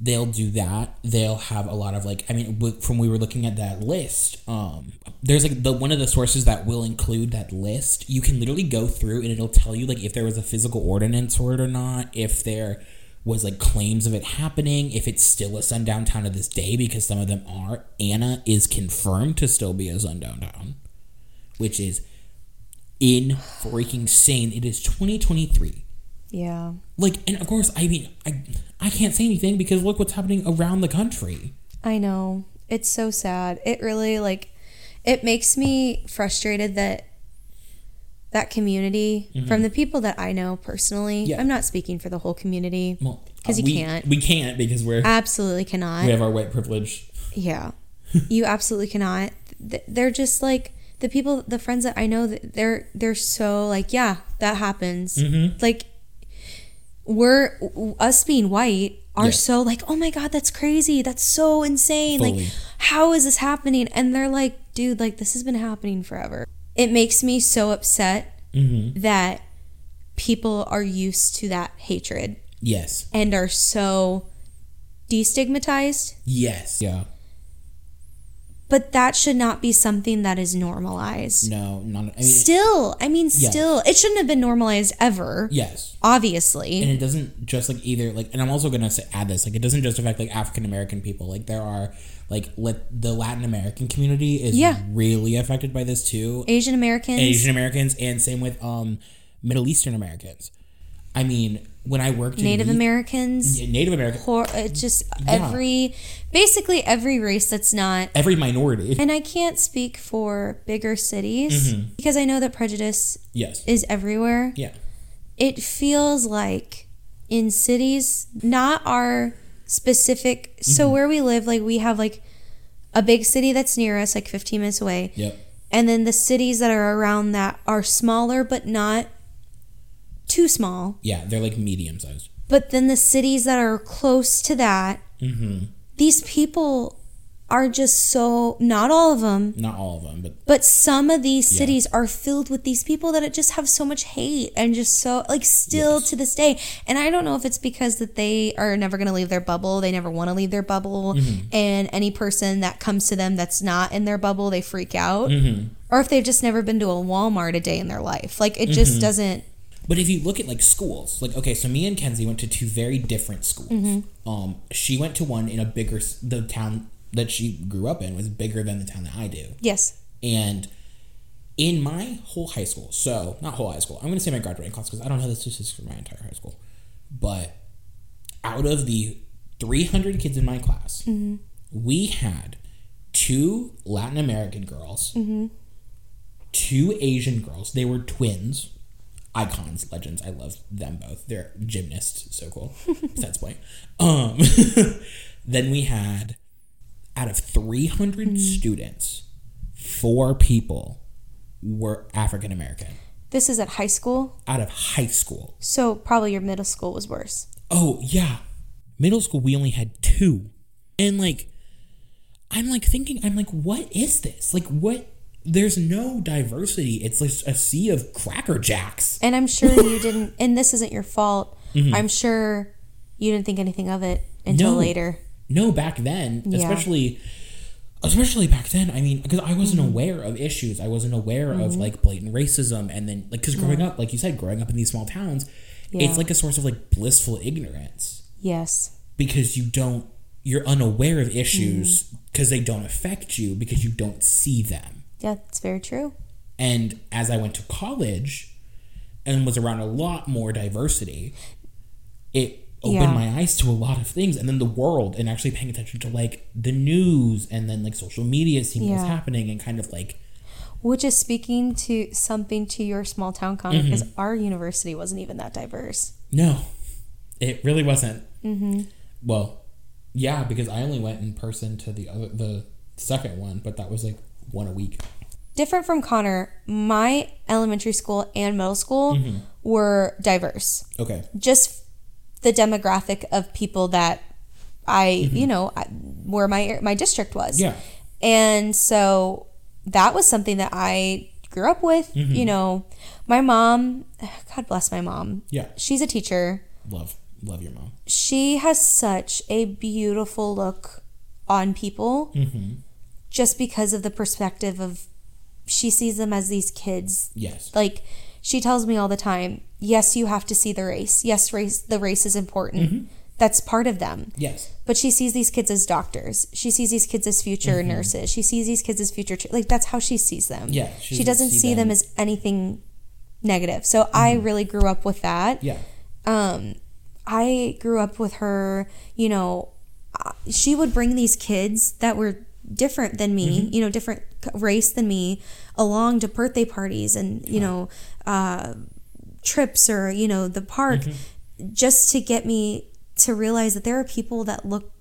[SPEAKER 1] they'll do that. They'll have a lot of like, I mean, w- from we were looking at that list, um, there's like the one of the sources that will include that list. You can literally go through and it'll tell you like if there was a physical ordinance for it or not, if there was like claims of it happening, if it's still a sundown town to this day, because some of them are. Anna is confirmed to still be a sundown town, which is in freaking sane. It is 2023
[SPEAKER 2] Yeah.
[SPEAKER 1] like and of course i mean i i can't say anything because look what's happening around the country
[SPEAKER 2] I know. It's so sad. It really like it makes me frustrated that that community from the people that I know personally.
[SPEAKER 1] Mm-hmm. Yeah. Mm-hmm.
[SPEAKER 2] I'm not speaking for the whole community.
[SPEAKER 1] well
[SPEAKER 2] 'Cause you
[SPEAKER 1] we,
[SPEAKER 2] can't.
[SPEAKER 1] we can't because we're
[SPEAKER 2] Absolutely cannot.
[SPEAKER 1] we have our white privilege (laughs)
[SPEAKER 2] Yeah. you absolutely cannot. Th- They're just like the people, the friends that I know. that They're they're so like, yeah, that happens.
[SPEAKER 1] Mm-hmm.
[SPEAKER 2] Like we're w- us being white are
[SPEAKER 1] Yeah.
[SPEAKER 2] so like, oh my god, that's crazy. That's so insane.
[SPEAKER 1] Fully.
[SPEAKER 2] Like, how is this happening? And they're like, dude, like this has been happening forever. It makes me so upset
[SPEAKER 1] Mm-hmm.
[SPEAKER 2] that people are used to that hatred
[SPEAKER 1] yes
[SPEAKER 2] and are so destigmatized
[SPEAKER 1] yes yeah
[SPEAKER 2] but that should not be something that is normalized.
[SPEAKER 1] no not i mean
[SPEAKER 2] Still, I mean, still, it shouldn't have been normalized ever,
[SPEAKER 1] yes
[SPEAKER 2] obviously.
[SPEAKER 1] and it doesn't just like either like and i'm also gonna say, add this like it doesn't just affect like african american people like there are like let the latin american community is
[SPEAKER 2] Yeah.
[SPEAKER 1] really affected by this too
[SPEAKER 2] Asian Americans,
[SPEAKER 1] Asian Americans and same with um Middle Eastern Americans. I mean, when I worked in
[SPEAKER 2] Native
[SPEAKER 1] re-
[SPEAKER 2] Americans,
[SPEAKER 1] Native American,
[SPEAKER 2] poor, it just every, basically every race that's not.
[SPEAKER 1] every minority.
[SPEAKER 2] And I can't speak for bigger cities because I know that prejudice
[SPEAKER 1] Yes.
[SPEAKER 2] is everywhere.
[SPEAKER 1] Yeah.
[SPEAKER 2] it feels like in cities, not our specific. So where we live, like we have like a big city that's near us, like 15 minutes away,
[SPEAKER 1] Yep.
[SPEAKER 2] and then the cities that are around that are smaller, but not too small.
[SPEAKER 1] Yeah. They're like medium sized.
[SPEAKER 2] But then the cities that are close to that,
[SPEAKER 1] Mm-hmm.
[SPEAKER 2] these people are just so not all of them
[SPEAKER 1] Not all of them, but
[SPEAKER 2] but some of these cities are filled with these people that it just have so much hate and just so like still
[SPEAKER 1] Yes.
[SPEAKER 2] to this day and i don't know if it's because that they are never going to leave their bubble they never want to leave their bubble
[SPEAKER 1] Mm-hmm.
[SPEAKER 2] and any person that comes to them that's not in their bubble they freak out
[SPEAKER 1] mm-hmm.
[SPEAKER 2] or if they've just never been to a walmart a day in their life like it
[SPEAKER 1] Mm-hmm.
[SPEAKER 2] just doesn't
[SPEAKER 1] But if you look at like schools, like okay, so me and Kenzie went to two very different schools.
[SPEAKER 2] Mm-hmm.
[SPEAKER 1] Um, she went to one in a bigger s- the town that she grew up in was bigger than the town that I do.
[SPEAKER 2] yes
[SPEAKER 1] And in my whole high school, so not whole high school, I'm going to say my graduating class because I don't have the statistics for my entire high school. But out of the 300 kids in my class, we had two Latin American girls, two Asian girls. They were twins, icons, legends. I love them both. They're gymnasts, so cool. That's point. Um, (laughs) then we had out of 300 students, four people were African American
[SPEAKER 2] this is at high school
[SPEAKER 1] out of high school.
[SPEAKER 2] so probably your middle school was worse
[SPEAKER 1] Oh, yeah. Middle school, we only had two. And like, I'm like thinking, I'm like, what is this? Like, what? There's no diversity. It's just a sea of cracker jacks.
[SPEAKER 2] and i'm sure
[SPEAKER 1] (laughs)
[SPEAKER 2] you didn't and this isn't your fault i'm sure you didn't think anything of it until
[SPEAKER 1] Mm-hmm. No.
[SPEAKER 2] later
[SPEAKER 1] No, back then,
[SPEAKER 2] Yeah.
[SPEAKER 1] especially. Especially back then, I mean, because I wasn't
[SPEAKER 2] Mm-hmm.
[SPEAKER 1] aware of issues. I wasn't aware of like blatant racism. And then, like, because growing up, like you said, growing up in these small towns,
[SPEAKER 2] Yeah.
[SPEAKER 1] it's like a source of like blissful ignorance.
[SPEAKER 2] Yes.
[SPEAKER 1] because you don't you're unaware of issues
[SPEAKER 2] Mm-hmm.
[SPEAKER 1] because they don't affect you because you don't see them
[SPEAKER 2] Yeah, it's very true.
[SPEAKER 1] and as i went to college and was around a lot more diversity it opened
[SPEAKER 2] Yeah.
[SPEAKER 1] my eyes to a lot of things and then the world and actually paying attention to like the news and then like social media seeing what's
[SPEAKER 2] Yeah.
[SPEAKER 1] happening and kind of like
[SPEAKER 2] Which is speaking to something to your small town comment because our university wasn't even that diverse.
[SPEAKER 1] no it really wasn't
[SPEAKER 2] Mm-hmm.
[SPEAKER 1] well yeah because i only went in person to the other the second one but that was like one a week
[SPEAKER 2] Different from Connor, my elementary school and middle school were diverse.
[SPEAKER 1] okay
[SPEAKER 2] Just the demographic of people that I, you know, I, where my my district was.
[SPEAKER 1] yeah
[SPEAKER 2] And so that was something that I grew up with. You know, my mom, God bless my mom.
[SPEAKER 1] Yeah.
[SPEAKER 2] She's a teacher.
[SPEAKER 1] love Love your mom.
[SPEAKER 2] she has such a beautiful look on people just because of the perspective of she sees them as these kids
[SPEAKER 1] Yes.
[SPEAKER 2] like she tells me all the time yes you have to see the race yes race the race is important that's part of them
[SPEAKER 1] Yes.
[SPEAKER 2] but she sees these kids as doctors she sees these kids as future nurses she sees these kids as future tr- like that's how she sees them
[SPEAKER 1] Yeah, she
[SPEAKER 2] she, doesn't see them. as anything negative so i really grew up with that
[SPEAKER 1] Yeah.
[SPEAKER 2] um, I grew up with her, you know, uh, she would bring these kids that were different than me,
[SPEAKER 1] Mm-hmm.
[SPEAKER 2] you know, different c- race than me, along to birthday parties and, you know, uh, trips or, you know, the park
[SPEAKER 1] Mm-hmm.
[SPEAKER 2] just to get me to realize that there are people that look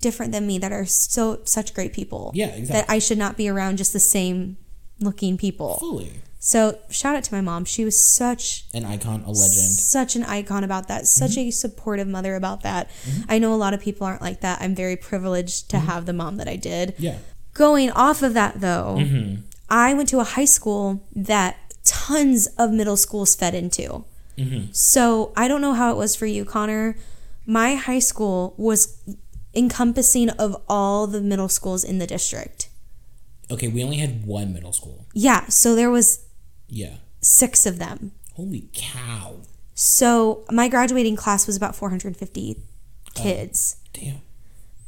[SPEAKER 2] different than me that are so such great people.
[SPEAKER 1] Yeah,
[SPEAKER 2] That
[SPEAKER 1] exactly.
[SPEAKER 2] I should not be around just the same looking people.
[SPEAKER 1] Fully.
[SPEAKER 2] So, shout out to my mom. She was such
[SPEAKER 1] An icon, a legend. Mm-hmm.
[SPEAKER 2] such an icon about that. Such a supportive mother about that. I know a lot of people aren't like that. I'm very privileged to have the mom that I did.
[SPEAKER 1] Mm-hmm. Yeah. Mm-hmm.
[SPEAKER 2] Going off of that though, I went to a high school that tons of middle schools fed into.
[SPEAKER 1] Mm-hmm.
[SPEAKER 2] So I don't know how it was for you, Connor. My high school was encompassing of all the middle schools in the district.
[SPEAKER 1] Okay, we only had one middle school.
[SPEAKER 2] Yeah, so there was
[SPEAKER 1] Yeah.
[SPEAKER 2] 6 of them.
[SPEAKER 1] Holy cow.
[SPEAKER 2] So my graduating class was about 450
[SPEAKER 1] Oh.
[SPEAKER 2] kids.
[SPEAKER 1] Damn.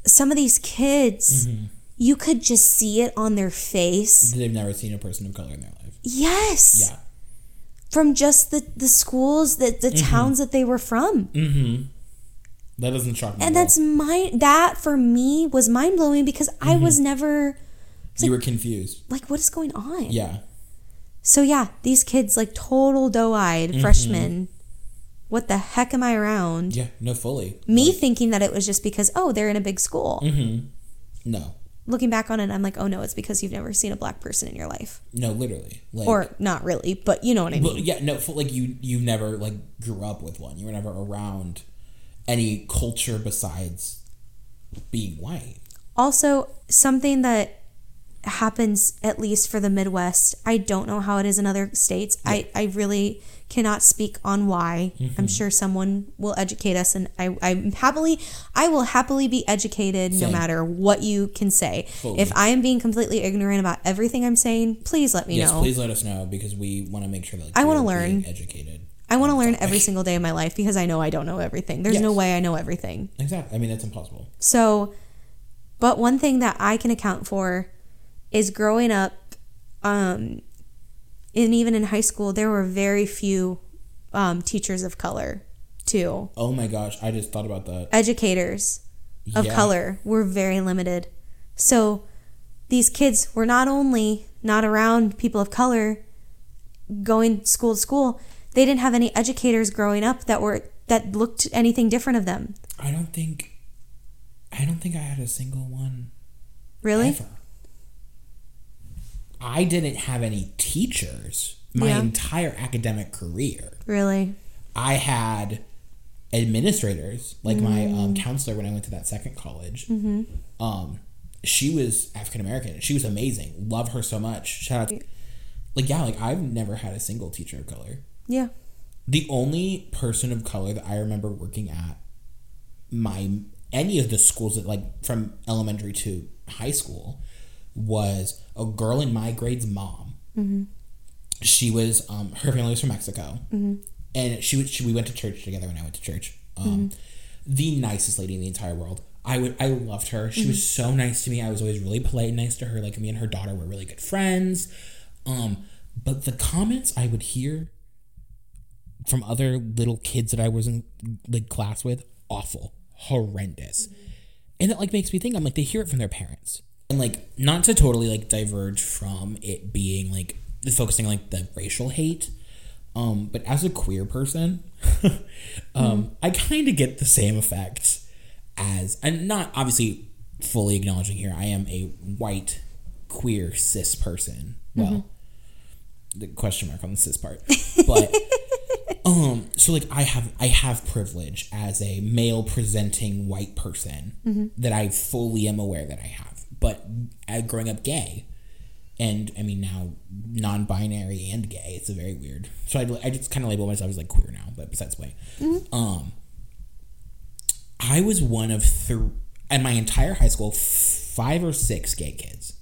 [SPEAKER 2] some of these kids,
[SPEAKER 1] Mm-hmm.
[SPEAKER 2] you could just see it on their face.
[SPEAKER 1] They've never seen a person of color in their life.
[SPEAKER 2] Yes.
[SPEAKER 1] Mm-hmm. Yeah.
[SPEAKER 2] From just the, the schools, the, the
[SPEAKER 1] Mm-hmm.
[SPEAKER 2] towns that they were from.
[SPEAKER 1] That doesn't shock me.
[SPEAKER 2] And
[SPEAKER 1] at all.
[SPEAKER 2] that's my, that for me was mind blowing because I was
[SPEAKER 1] Mm-hmm.
[SPEAKER 2] never
[SPEAKER 1] you were confused.
[SPEAKER 2] like, what is going on?
[SPEAKER 1] Yeah.
[SPEAKER 2] So yeah, these kids, like total doe eyed
[SPEAKER 1] Mm-hmm.
[SPEAKER 2] freshmen, what the heck am I around?
[SPEAKER 1] Yeah. No, fully.
[SPEAKER 2] Me thinking that it was just because, oh, they're in a big school.
[SPEAKER 1] No.
[SPEAKER 2] Looking back on it, I'm like, oh no, it's because you've never seen a black person in your life.
[SPEAKER 1] No, literally. Like,
[SPEAKER 2] Or not really, but you know what I mean.
[SPEAKER 1] Well, yeah, no, full, like you you never like grew up with one. You were never around any culture besides being white.
[SPEAKER 2] Also, something that happens at least for the Midwest, I don't know how it is in other states. I, I really cannot speak on why.
[SPEAKER 1] Mm-hmm.
[SPEAKER 2] I'm sure someone will educate us and I, I'm happily I will happily be educated no
[SPEAKER 1] Same.
[SPEAKER 2] matter what you can say. If I am being completely ignorant about everything I'm saying, please let me
[SPEAKER 1] Yes,
[SPEAKER 2] know.
[SPEAKER 1] please let us know because we want to make sure that like,
[SPEAKER 2] I wanna
[SPEAKER 1] we're
[SPEAKER 2] learn.
[SPEAKER 1] being educated.
[SPEAKER 2] I want to learn every
[SPEAKER 1] (laughs)
[SPEAKER 2] single day of my life because I know I don't know everything. There's no
[SPEAKER 1] Yes.
[SPEAKER 2] way I know everything.
[SPEAKER 1] Exactly. I mean, that's impossible.
[SPEAKER 2] So, but one thing that I can account for is growing up, um, and even in high school, there were very few um, teachers of color, too.
[SPEAKER 1] Oh my gosh, I just thought about that.
[SPEAKER 2] Educators of
[SPEAKER 1] Yeah.
[SPEAKER 2] color were very limited. So, these kids were not only not around people of color going school to school, they didn't have any educators growing up that were that looked anything different of them.
[SPEAKER 1] I don't think, I don't think I had a single one
[SPEAKER 2] Really?
[SPEAKER 1] ever. I didn't have any teachers my
[SPEAKER 2] Yeah.
[SPEAKER 1] entire academic career.
[SPEAKER 2] Really?
[SPEAKER 1] I had administrators, like my um, counselor when I went to that second college. Um, she was African American. She was amazing. Love her so much. Shout out. Like yeah, like I've never had a single teacher of color.
[SPEAKER 2] Yeah.
[SPEAKER 1] The only person of color that I remember working at my any of the schools that like from elementary to high school was a girl in my grade's mom. She was um, her family was from Mexico, and she, was- she we went to church together when I went to church. Um, The nicest lady in the entire world. I would I loved her. She was so nice to me. I was always really polite and nice to her. Like me and her daughter were really good friends. Um, but the comments I would hear from other little kids that I was in like class with, awful, horrendous. And it like makes me think I'm like they hear it from their parents. And like not to totally like diverge from it being like focusing on, like the racial hate. Um, but as a queer person, (laughs) um, I kind of get the same effect as and not obviously fully acknowledging here I am a white queer cis person. Well, the question mark on the cis part. But um so like i have i have privilege as a male presenting white person that i fully am aware that i have but I, growing up gay and i mean now non-binary and gay it's a very weird so i, I just kind of label myself as like queer now but besides the point um I was one of three, in my entire high school, five or six gay kids.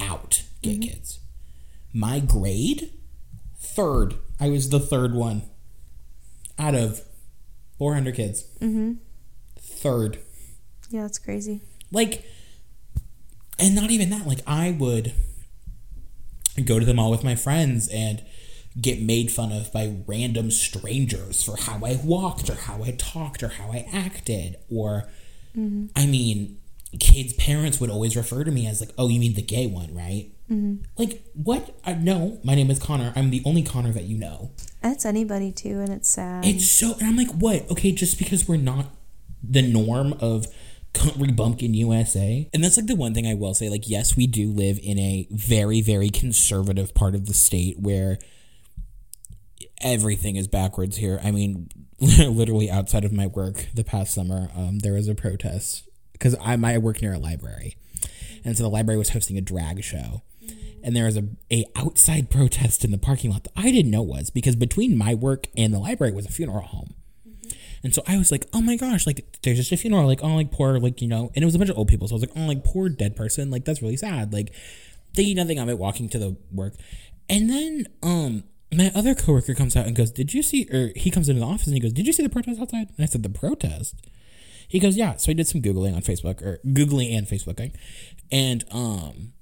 [SPEAKER 1] Out gay kids. My grade, third. I was the third one out of 400 kids. Third.
[SPEAKER 2] Yeah, that's crazy.
[SPEAKER 1] Like, and not even that. Like, I would go to the mall with my friends and get made fun of by random strangers for how I walked or how I talked or how I acted. Or, I mean, kids' parents would always refer to me as, like, oh, you mean the gay one, right? Like, what? Uh, no, my name is Connor. I'm the only Connor that you know.
[SPEAKER 2] That's anybody too, and it's sad.
[SPEAKER 1] It's so, and I'm like, what? Okay, just because we're not the norm of country bumpkin USA. And that's like the one thing I will say. Like, yes, we do live in a very, very conservative part of the state where everything is backwards here. I mean, (laughs) literally outside of my work the past summer, um, there was a protest because I, my- I work near a library. And so the library was hosting a drag show. And there was a, a outside protest in the parking lot that I didn't know was because between my work and the library was a funeral home. And so I was like, oh my gosh, like there's just a funeral, like, oh, like poor, like, you know, and it was a bunch of old people. So I was like, oh, like poor dead person, like that's really sad. Like thinking nothing of it, walking to the work. And then um my other coworker comes out and goes, Did you see or he comes into the office and he goes, Did you see the protest outside? And I said, The protest? He goes, Yeah. So I did some Googling on Facebook or Googling and Facebooking. And um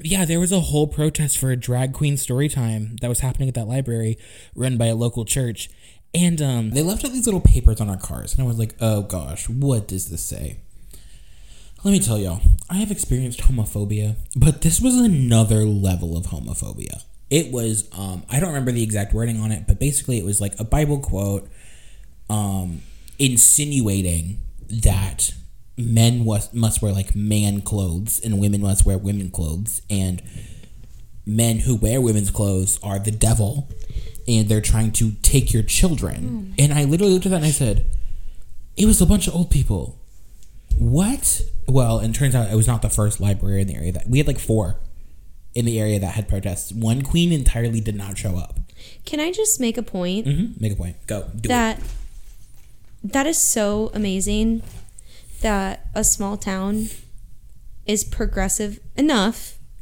[SPEAKER 1] yeah, there was a whole protest for a drag queen story time that was happening at that library run by a local church. And um, they left out these little papers on our cars. And I was like, oh gosh, what does this say? Let me tell y'all, I have experienced homophobia, but this was another level of homophobia. It was, um, I don't remember the exact wording on it, but basically it was like a Bible quote um, insinuating that men was, must wear like man clothes and women must wear women clothes and men who wear women's clothes are the devil and they're trying to take your
[SPEAKER 2] Hmm.
[SPEAKER 1] children and i literally looked at that and i said it was a bunch of old people what well and turns out it was not the first library in the area that we had like four in the area that had protests one queen entirely did not show up
[SPEAKER 2] Can I just make a point
[SPEAKER 1] Mhm. make a point go do it
[SPEAKER 2] Mm-hmm. that that is so amazing that a small town is progressive enough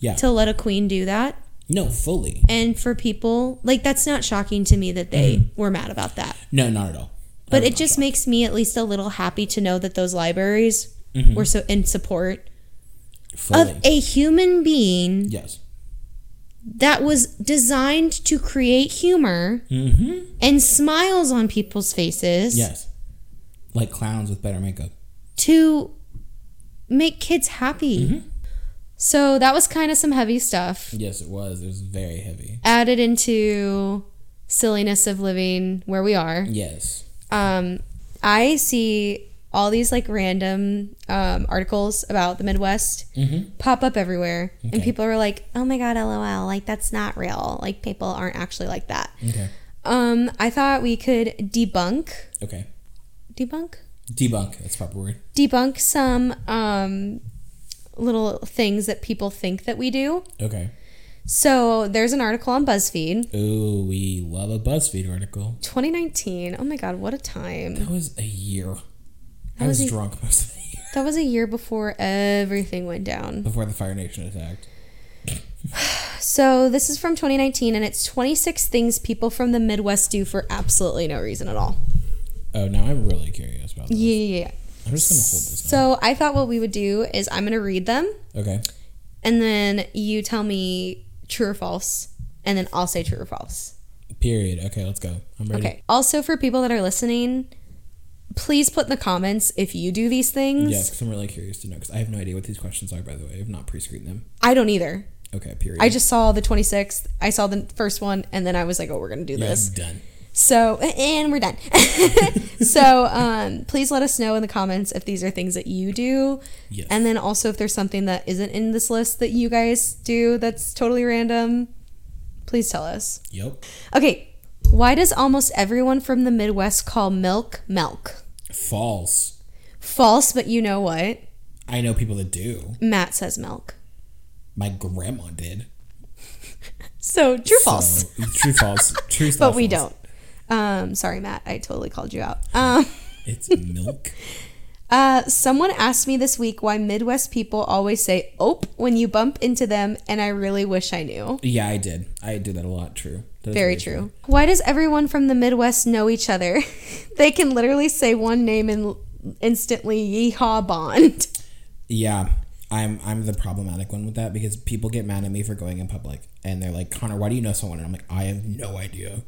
[SPEAKER 1] Yeah.
[SPEAKER 2] to let a queen do that?
[SPEAKER 1] no fully
[SPEAKER 2] And for people, like that's not shocking to me that they were mad about that.
[SPEAKER 1] no not at all
[SPEAKER 2] But it just makes me at least a little happy to know that those libraries were so in support
[SPEAKER 1] fully
[SPEAKER 2] of a human being
[SPEAKER 1] yes
[SPEAKER 2] that was designed to create humor
[SPEAKER 1] Mm-hmm.
[SPEAKER 2] and smiles on people's faces
[SPEAKER 1] yes like clowns with better makeup
[SPEAKER 2] to make kids happy. So that was kind of some heavy stuff
[SPEAKER 1] yes it was it was very heavy
[SPEAKER 2] added into silliness of living where we are.
[SPEAKER 1] yes
[SPEAKER 2] um, I see all these like random um, articles about the Midwest pop up everywhere, and people are like, "Oh my god, lol! Like that's not real. Like people aren't actually like that."
[SPEAKER 1] okay
[SPEAKER 2] Um, I thought we could debunk,
[SPEAKER 1] okay
[SPEAKER 2] debunk,
[SPEAKER 1] debunk that's proper word
[SPEAKER 2] debunk some um, little things that people think that we do.
[SPEAKER 1] okay
[SPEAKER 2] So there's an article on BuzzFeed,
[SPEAKER 1] Ooh, we love a BuzzFeed article.
[SPEAKER 2] 2019. Oh my god, what a time!
[SPEAKER 1] That was a year. I was
[SPEAKER 2] was a-
[SPEAKER 1] drunk most of the year (laughs)
[SPEAKER 2] That was a year before everything went down.
[SPEAKER 1] before the Fire Nation attacked.
[SPEAKER 2] So this is from 2019, and it's 26 things people from the Midwest do for absolutely no reason at all.
[SPEAKER 1] Oh, now I'm really curious about this.
[SPEAKER 2] Yeah, yeah, yeah.
[SPEAKER 1] I'm just gonna hold this.
[SPEAKER 2] So I thought what we would do is I'm gonna read them,
[SPEAKER 1] Okay.
[SPEAKER 2] and then you tell me true or false, and then I'll say true or false.
[SPEAKER 1] Period. Okay, let's go. I'm ready.
[SPEAKER 2] Okay. Also, for people that are listening, please put in the comments if you do these things.
[SPEAKER 1] Yeah, because I'm really curious to know because I have no idea what these questions are. By the way, I've not pre-screened them.
[SPEAKER 2] I don't either.
[SPEAKER 1] Okay. Period.
[SPEAKER 2] I just saw the 26th. I saw the first one, and then I was like, oh, we're gonna do
[SPEAKER 1] Yeah,
[SPEAKER 2] this.
[SPEAKER 1] done.
[SPEAKER 2] So, and we're done. (laughs) so, um, please let us know in the comments if these are things that you do.
[SPEAKER 1] Yes.
[SPEAKER 2] And then also if there's something that isn't in this list that you guys do that's totally random, please tell us.
[SPEAKER 1] Yep.
[SPEAKER 2] Okay. Why does almost everyone from the Midwest call milk milk?
[SPEAKER 1] False.
[SPEAKER 2] False, but you know what?
[SPEAKER 1] I know people that do.
[SPEAKER 2] Matt says milk.
[SPEAKER 1] My grandma did.
[SPEAKER 2] So, true false.
[SPEAKER 1] So, true. False. True.
[SPEAKER 2] (laughs) but we
[SPEAKER 1] false.
[SPEAKER 2] don't. Um, sorry, Matt. I totally called you out. Um,
[SPEAKER 1] It's milk.
[SPEAKER 2] Uh, someone asked me this week why Midwest people always say "ope" when you bump into them, and I really wish I knew.
[SPEAKER 1] Yeah, I did. I did that a lot. True. That is
[SPEAKER 2] Very
[SPEAKER 1] really
[SPEAKER 2] true. Why does everyone from the Midwest know each other? (laughs) they can literally say one name and instantly yeehaw bond. (laughs)
[SPEAKER 1] Yeah, I'm I'm the problematic one with that because people get mad at me for going in public, and they're like, Connor, why do you know someone? And I'm like, I have no idea.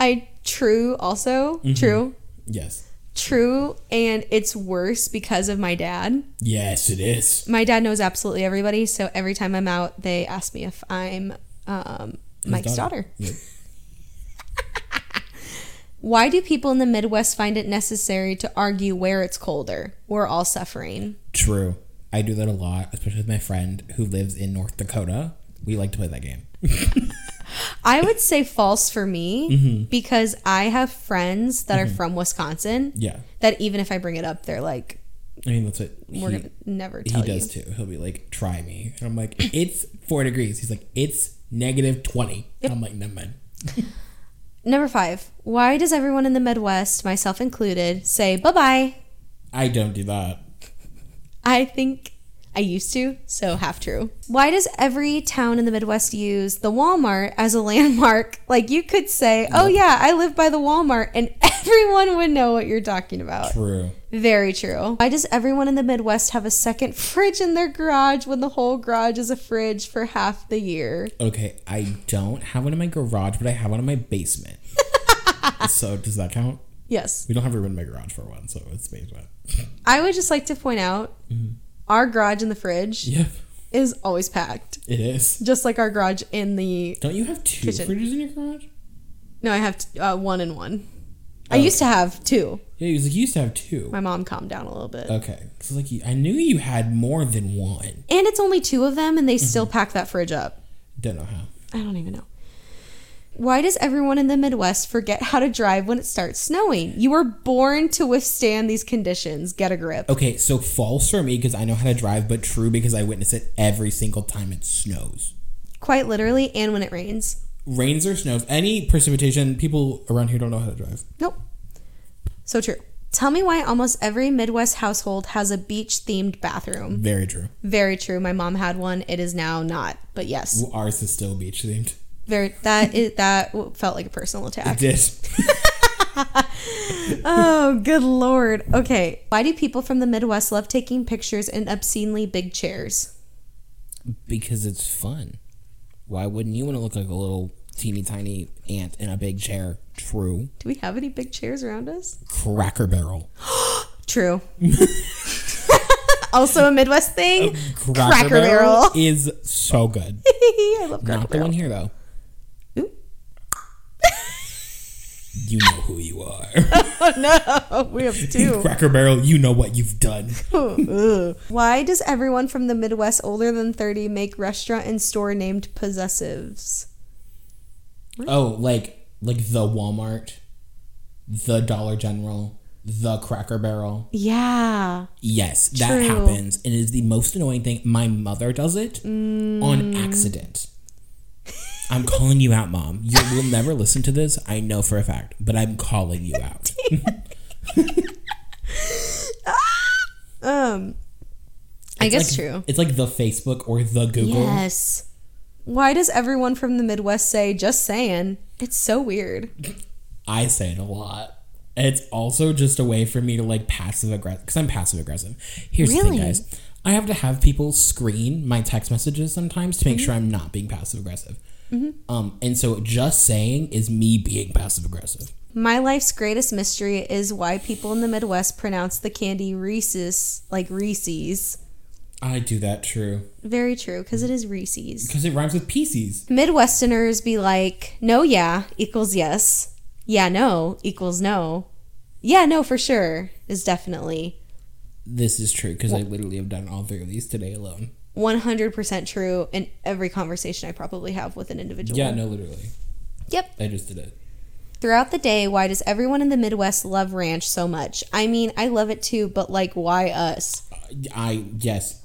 [SPEAKER 2] I true also true
[SPEAKER 1] Yes.
[SPEAKER 2] true, and it's worse because of my dad.
[SPEAKER 1] Yes, it is.
[SPEAKER 2] My dad knows absolutely everybody, so every time I'm out, they ask me if I'm um, Mike's daughter.
[SPEAKER 1] Yep.
[SPEAKER 2] (laughs) Why do people in the Midwest find it necessary to argue where it's colder? We're all suffering.
[SPEAKER 1] True. I do that a lot, especially with my friend who lives in North Dakota. We like to play that game.
[SPEAKER 2] I would say false for me
[SPEAKER 1] Mm-hmm.
[SPEAKER 2] because I have friends that are from Wisconsin
[SPEAKER 1] Yeah.
[SPEAKER 2] that even if I bring it up, they're like,
[SPEAKER 1] I mean, that's what he,
[SPEAKER 2] we're going to never
[SPEAKER 1] he
[SPEAKER 2] tell you.
[SPEAKER 1] does too. He'll be like, try me. And I'm like, it's four degrees. He's like, it's negative 20. And I'm like, never mind.
[SPEAKER 2] Number five, why does everyone in the Midwest, myself included, say bye bye?
[SPEAKER 1] I don't do that.
[SPEAKER 2] I think I used to, so half true. Why does every town in the Midwest use the Walmart as a landmark? (laughs) Like you could say, "Oh yeah, I live by the Walmart," and (laughs) everyone would know what you're talking about.
[SPEAKER 1] True.
[SPEAKER 2] Very true. Why does everyone in the Midwest have a second (laughs) fridge in their garage when the whole garage is a fridge for half the year?
[SPEAKER 1] Okay, I don't have one in my garage, but I have one in my
[SPEAKER 2] (laughs)
[SPEAKER 1] basement. so does that count?
[SPEAKER 2] Yes.
[SPEAKER 1] We don't have room in my garage for one, so it's basement.
[SPEAKER 2] I would just like to point out our garage in the fridge
[SPEAKER 1] Yep,
[SPEAKER 2] is always packed,
[SPEAKER 1] it is.
[SPEAKER 2] just like our garage in the
[SPEAKER 1] Don't you have two
[SPEAKER 2] Kitchen.
[SPEAKER 1] fridges in your garage?
[SPEAKER 2] No, I have t- uh, one and one. I used to have two.
[SPEAKER 1] Yeah, you was like you used to have two.
[SPEAKER 2] My mom calmed down a little bit.
[SPEAKER 1] Okay, so like you, I knew you had more than one.
[SPEAKER 2] and it's only two of them, and they still pack that fridge up.
[SPEAKER 1] Don't know how.
[SPEAKER 2] I don't even know. Why does everyone in the Midwest forget how to drive when it starts snowing? You were born to withstand these conditions. Get a grip.
[SPEAKER 1] Okay, so false for me because I know how to drive, but true because I witness it every single time it snows.
[SPEAKER 2] Quite literally, and when it rains.
[SPEAKER 1] Rains or snows, any precipitation, people around here don't know how to drive.
[SPEAKER 2] Nope. So true. Tell me why almost every Midwest household has a beach themed bathroom.
[SPEAKER 1] Very true.
[SPEAKER 2] Very true. My mom had one. It is now not, but yes.
[SPEAKER 1] Ours is still beach themed.
[SPEAKER 2] Very that is that felt like a
[SPEAKER 1] (laughs)
[SPEAKER 2] personal attack.
[SPEAKER 1] This
[SPEAKER 2] Oh, good lord. Okay. Why do people from the Midwest love taking pictures in obscenely big chairs?
[SPEAKER 1] Because it's fun. Why wouldn't you want to look like a little teeny tiny ant in a big chair? True.
[SPEAKER 2] Do we have any big chairs around us?
[SPEAKER 1] Cracker barrel.
[SPEAKER 2] True. (laughs) also a Midwest
[SPEAKER 1] Um,
[SPEAKER 2] thing. Cracker, Barrel.
[SPEAKER 1] is so good.
[SPEAKER 2] (laughs) I love Cracker
[SPEAKER 1] Not the
[SPEAKER 2] Barrel.
[SPEAKER 1] one here though.
[SPEAKER 2] Ooh.
[SPEAKER 1] you know who you are.
[SPEAKER 2] (laughs) Oh, we have two.
[SPEAKER 1] (laughs) Cracker barrel, you know what you've done.
[SPEAKER 2] Ugh. Why does everyone from the Midwest older than 30 make restaurant and store named possessives?
[SPEAKER 1] Oh, like like the Walmart, the Dollar General, the Cracker Barrel.
[SPEAKER 2] Yeah.
[SPEAKER 1] Yes, that
[SPEAKER 2] True.
[SPEAKER 1] happens. And it is the most annoying thing. My mother does it
[SPEAKER 2] Mm.
[SPEAKER 1] on accident. I'm calling you out, mom. You will never listen to this. I know for a fact, but I'm calling you
[SPEAKER 2] (laughs)
[SPEAKER 1] out.
[SPEAKER 2] Um I guess
[SPEAKER 1] Like,
[SPEAKER 2] true.
[SPEAKER 1] It's like the Facebook or the Google.
[SPEAKER 2] Yes. Why does everyone from the Midwest say just saying? It's so weird.
[SPEAKER 1] I say it a lot. And It's also just a way for me to like passive aggressive because I'm passive aggressive. Here's the
[SPEAKER 2] Really?
[SPEAKER 1] thing, guys. I have to have people screen my text messages sometimes to make sure I'm not being passive aggressive. Um, and so just saying is me being passive aggressive.
[SPEAKER 2] My life's greatest mystery is why people in the Midwest pronounce the candy Reese's like Reese's.
[SPEAKER 1] I do that, true.
[SPEAKER 2] Very true, because it is Reese's.
[SPEAKER 1] Because it rhymes with PCs.
[SPEAKER 2] Midwesterners be like, no, yeah equals yes. Yeah, no equals no. Yeah, no, for sure is definitely
[SPEAKER 1] This is true because I literally have done all three of these today alone.
[SPEAKER 2] 100% true in every conversation I probably have with an individual.
[SPEAKER 1] Yeah, no, literally.
[SPEAKER 2] Yep.
[SPEAKER 1] I just did it.
[SPEAKER 2] Throughout the day, why does everyone in the Midwest love ranch so much? I mean, I love it too, but like, why us?
[SPEAKER 1] I, yes.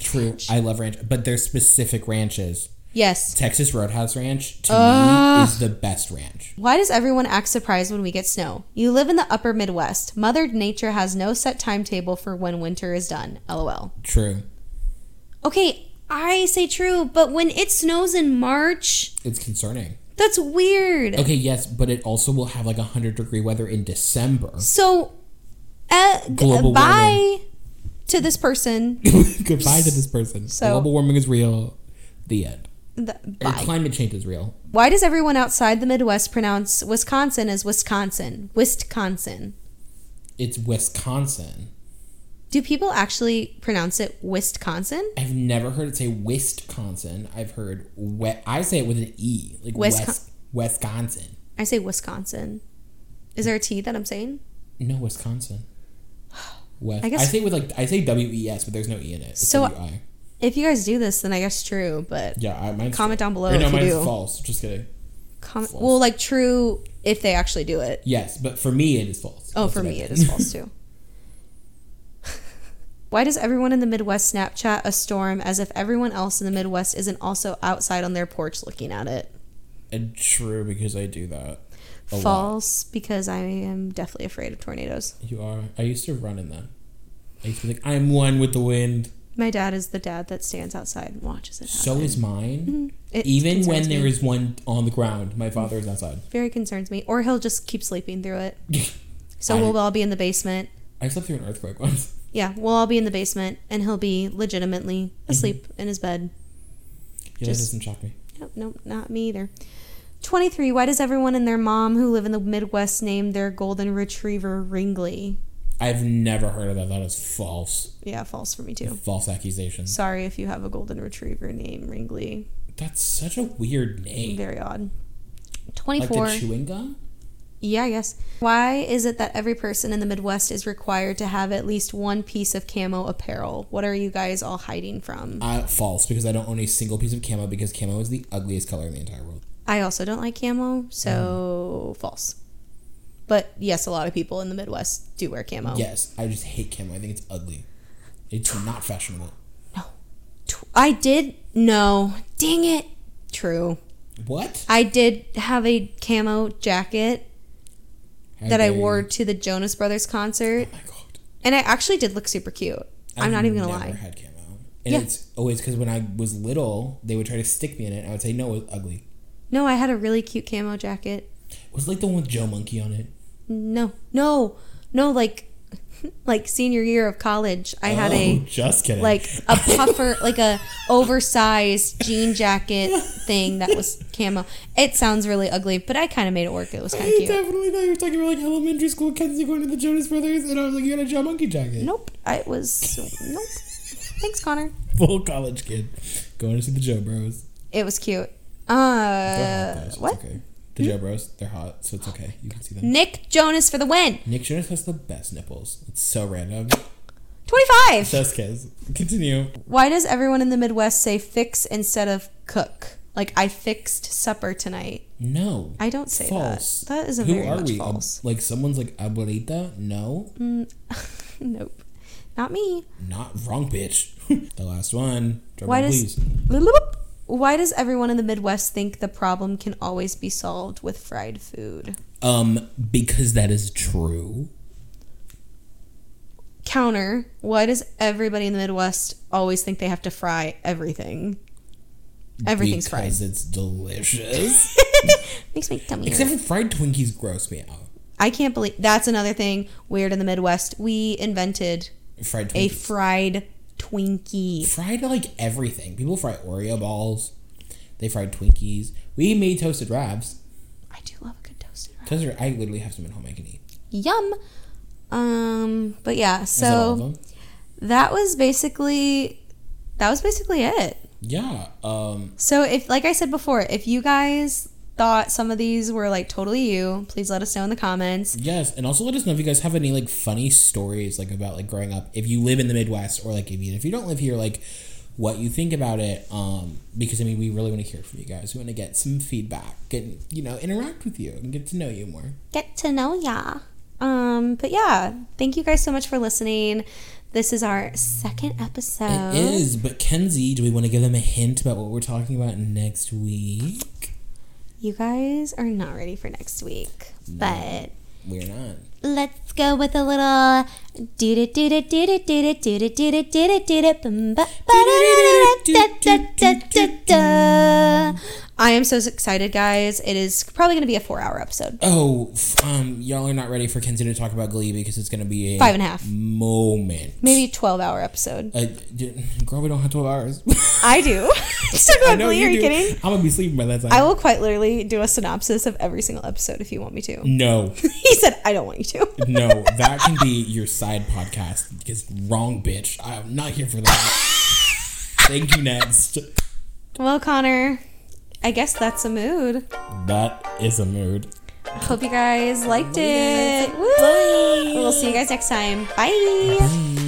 [SPEAKER 1] true. I love ranch, but there's specific ranches.
[SPEAKER 2] Yes.
[SPEAKER 1] Texas Roadhouse Ranch to me is the best ranch.
[SPEAKER 2] Why does everyone act surprised when we get snow? You live in the upper Midwest. Mother Nature has no set timetable for when winter is done. LOL.
[SPEAKER 1] True.
[SPEAKER 2] Okay, I say true, but when it snows in March,
[SPEAKER 1] It's concerning.
[SPEAKER 2] that's weird.
[SPEAKER 1] Okay, yes, but it also will have like a 100 degree weather in
[SPEAKER 2] (laughs)
[SPEAKER 1] December.
[SPEAKER 2] So, uh, g-
[SPEAKER 1] Global
[SPEAKER 2] bye to this person.
[SPEAKER 1] Goodbye to this person.
[SPEAKER 2] So-
[SPEAKER 1] Global warming is real. The end.
[SPEAKER 2] The-
[SPEAKER 1] Or
[SPEAKER 2] bye.
[SPEAKER 1] climate change is real.
[SPEAKER 2] Why does everyone outside the Midwest pronounce Wisconsin as Wisconsin? Wisconsin.
[SPEAKER 1] It's Wisconsin.
[SPEAKER 2] Do people actually pronounce it Wisconsin?
[SPEAKER 1] I've never heard it say Wisconsin. I've heard we- I say it with an e, like
[SPEAKER 2] Wisco-
[SPEAKER 1] West Wisconsin.
[SPEAKER 2] I say Wisconsin. Is there a T that I'm saying?
[SPEAKER 1] No,
[SPEAKER 2] (sighs)
[SPEAKER 1] Wisconsin. West. I,
[SPEAKER 2] I guess-
[SPEAKER 1] say it with like I say W E S, but there's no e in it. It's
[SPEAKER 2] So-
[SPEAKER 1] W-I.
[SPEAKER 2] If you guys do this, then I guess true, but
[SPEAKER 1] yeah, I, mine's
[SPEAKER 2] comment down below
[SPEAKER 1] Or no,
[SPEAKER 2] if you
[SPEAKER 1] mine's
[SPEAKER 2] do.
[SPEAKER 1] false. Just kidding.
[SPEAKER 2] com- well, like true if they actually do it.
[SPEAKER 1] Yes, but for me it is false.
[SPEAKER 2] Oh,
[SPEAKER 1] That's
[SPEAKER 2] for
[SPEAKER 1] what I
[SPEAKER 2] me, it
[SPEAKER 1] meant.
[SPEAKER 2] is false too. Why does everyone in the Midwest Snapchat a storm as if everyone else in the Midwest isn't also outside on their porch looking at it?
[SPEAKER 1] (laughs) And true because I do that. A lot.
[SPEAKER 2] False, because I am deathly afraid of tornadoes.
[SPEAKER 1] You are. I used to run in them. I used to be like, I'm one with the wind.
[SPEAKER 2] My dad is the dad that stands outside and watches it.
[SPEAKER 1] So
[SPEAKER 2] happen. Mm-hmm.
[SPEAKER 1] is mine.
[SPEAKER 2] (laughs) It
[SPEAKER 1] Even
[SPEAKER 2] concerns
[SPEAKER 1] when there
[SPEAKER 2] me.
[SPEAKER 1] is one on the ground, my father is outside.
[SPEAKER 2] very concerns me, or he'll just keep sleeping through
[SPEAKER 1] (laughs)
[SPEAKER 2] it. So
[SPEAKER 1] I-
[SPEAKER 2] we'll all be in the basement.
[SPEAKER 1] I slept through an earthquake once. (laughs)
[SPEAKER 2] Yeah, we'll all be in the basement, and he'll be legitimately
[SPEAKER 1] Mm-hmm.
[SPEAKER 2] asleep in his bed.
[SPEAKER 1] Yeah,
[SPEAKER 2] Just-
[SPEAKER 1] that doesn't shock me.
[SPEAKER 2] Nope, nope, not me either. 23. Why does everyone and their mom who live in the Midwest name their golden retriever Ringley?
[SPEAKER 1] I've never heard of that. That is false.
[SPEAKER 2] Yeah, false for me too.
[SPEAKER 1] False accusations.
[SPEAKER 2] Sorry if you have a golden retriever named Ringley.
[SPEAKER 1] That's such a weird name.
[SPEAKER 2] Very odd.
[SPEAKER 1] Like
[SPEAKER 2] 24.
[SPEAKER 1] the chewing gum?
[SPEAKER 2] yeah, I guess. Why is it that every person in the Midwest is required to have at least one piece of camo apparel? What are you guys all hiding from?
[SPEAKER 1] Uh, false, because I don't own a single piece of camo because camo is the ugliest color in the entire world.
[SPEAKER 2] I also don't like camo,
[SPEAKER 1] Mm.
[SPEAKER 2] so false. But yes, a lot of people in the Midwest do wear camo.
[SPEAKER 1] Yes, I just hate camo. I think it's ugly. It's not fashionable.
[SPEAKER 2] Tw- I did. No. Dang it. True.
[SPEAKER 1] What?
[SPEAKER 2] I did have a camo jacket
[SPEAKER 1] How
[SPEAKER 2] that I
[SPEAKER 1] dare you.
[SPEAKER 2] wore to the Jonas Brothers concert,
[SPEAKER 1] Oh my god.
[SPEAKER 2] and I actually did look super cute. i am not even gonna
[SPEAKER 1] never
[SPEAKER 2] lie.
[SPEAKER 1] had camo. And
[SPEAKER 2] Yeah.
[SPEAKER 1] it's always because when I was little, they would try to stick me in it. And I would say no, it was ugly.
[SPEAKER 2] No, I had a really cute camo jacket.
[SPEAKER 1] Was it like the one with Joe Monkey on it.
[SPEAKER 2] No, no, no. Like, (laughs) like senior year of college, I had
[SPEAKER 1] oh,
[SPEAKER 2] a
[SPEAKER 1] just kidding.
[SPEAKER 2] like
[SPEAKER 1] (laughs)
[SPEAKER 2] a puffer, like a oh, oversized jean
[SPEAKER 1] (laughs)
[SPEAKER 2] jacket thing that was camo. It sounds really ugly, but I kind of made it work. It was kind
[SPEAKER 1] I
[SPEAKER 2] of cute.
[SPEAKER 1] definitely thought you were talking about like elementary school Kenzie going to the Jonas Brothers, and I was like, you got a Joe Monkey jacket.
[SPEAKER 2] Nope, I was nope. Thanks, Connor.
[SPEAKER 1] (laughs) Full college kid going to see the Joe Bros.
[SPEAKER 2] It was cute.
[SPEAKER 1] They're hot,
[SPEAKER 2] Uh,
[SPEAKER 1] though, so
[SPEAKER 2] what?
[SPEAKER 1] It's okay. The Joe Bros, they're hot, so it's okay. You can see them.
[SPEAKER 2] Nick Jonas for the win.
[SPEAKER 1] Nick Jonas has the best nipples. It's so random.
[SPEAKER 2] 25.
[SPEAKER 1] Just kids. Continue.
[SPEAKER 2] Why does everyone in the Midwest say fix instead of cook? Like, I fixed supper tonight.
[SPEAKER 1] No.
[SPEAKER 2] I don't say
[SPEAKER 1] false.
[SPEAKER 2] that. That is a
[SPEAKER 1] Who
[SPEAKER 2] very
[SPEAKER 1] are
[SPEAKER 2] much
[SPEAKER 1] we? Um,
[SPEAKER 2] false. (laughs)
[SPEAKER 1] Like someone's like abuelita? No,
[SPEAKER 2] Nope. Not me.
[SPEAKER 1] not wrong, bitch. (laughs) the last one. Drum
[SPEAKER 2] Why
[SPEAKER 1] roll,
[SPEAKER 2] does.
[SPEAKER 1] please.
[SPEAKER 2] Bloop. Why does everyone in the Midwest think the problem can always be solved with fried food?
[SPEAKER 1] Um, because that is true.
[SPEAKER 2] Counter, why does everybody in the Midwest always think they have to fry everything? Everything's fried.
[SPEAKER 1] because it's delicious.
[SPEAKER 2] (laughs)
[SPEAKER 1] (laughs)
[SPEAKER 2] Makes my tummy hurt.
[SPEAKER 1] Except for fried Twinkies, gross me out.
[SPEAKER 2] I can't believe that's another thing weird in the Midwest. We invented
[SPEAKER 1] Fried
[SPEAKER 2] a
[SPEAKER 1] Twinkies.
[SPEAKER 2] fried Twinkie.
[SPEAKER 1] fried like everything. People fry Oreo balls. They fried Twinkies. We made toasted wraps.
[SPEAKER 2] I do love a good toasted wrap.
[SPEAKER 1] Toasted. I literally have some at home I can eat.
[SPEAKER 2] Yum. Um, but yeah,
[SPEAKER 1] Is that all of
[SPEAKER 2] so
[SPEAKER 1] them?
[SPEAKER 2] that was basically that was basically it.
[SPEAKER 1] Yeah. Um.
[SPEAKER 2] So if like I said before, if you guys thought some of these were like totally you, please let us know in the comments.
[SPEAKER 1] Yes, and also let us know if you guys have any like funny stories like about like growing up. If you live in the Midwest or like if you if you don't live here, like what you think about it. Um, because I mean, we really want to hear from you guys. We want to get some feedback and you know interact with you and get to know you more.
[SPEAKER 2] Get to know ya. Um, but yeah, thank you guys so much for listening. This is our second episode.
[SPEAKER 1] It is, but Kenzie, do we want to give them a hint about what we're talking about next week?
[SPEAKER 2] You guys are not ready for next week, but
[SPEAKER 1] We're not.
[SPEAKER 2] let's go with a little do do do do do do do do do do do do do do bum ba ba da da da da da da da da. I am so excited, guys. It is probably going to be a four hour episode.
[SPEAKER 1] Oh, f- um, y'all are not ready for Kenzie to talk about Glee because it's gonna be a
[SPEAKER 2] Five and a half.
[SPEAKER 1] moment.
[SPEAKER 2] Maybe 12 hour episode.
[SPEAKER 1] Uh, d- girl, we don't have twelve hours. (laughs)
[SPEAKER 2] I do. (laughs) so
[SPEAKER 1] I
[SPEAKER 2] I
[SPEAKER 1] know
[SPEAKER 2] are you
[SPEAKER 1] do.
[SPEAKER 2] kidding?
[SPEAKER 1] I'm gonna be sleeping by that time.
[SPEAKER 2] I will quite literally do a synopsis of every single episode if you want me to. (laughs)
[SPEAKER 1] no,
[SPEAKER 2] he said, I don't want you
[SPEAKER 1] (laughs)
[SPEAKER 2] to.
[SPEAKER 1] no, that can be your side podcast because wrong, bitch. I'm not here for
[SPEAKER 2] (laughs)
[SPEAKER 1] that. Thank you. Next,
[SPEAKER 2] Well, Connor, I guess that's a mood.
[SPEAKER 1] that is a mood.
[SPEAKER 2] Hope you guys liked it. Woo! We'll see you guys next time. Bye.
[SPEAKER 1] Bye.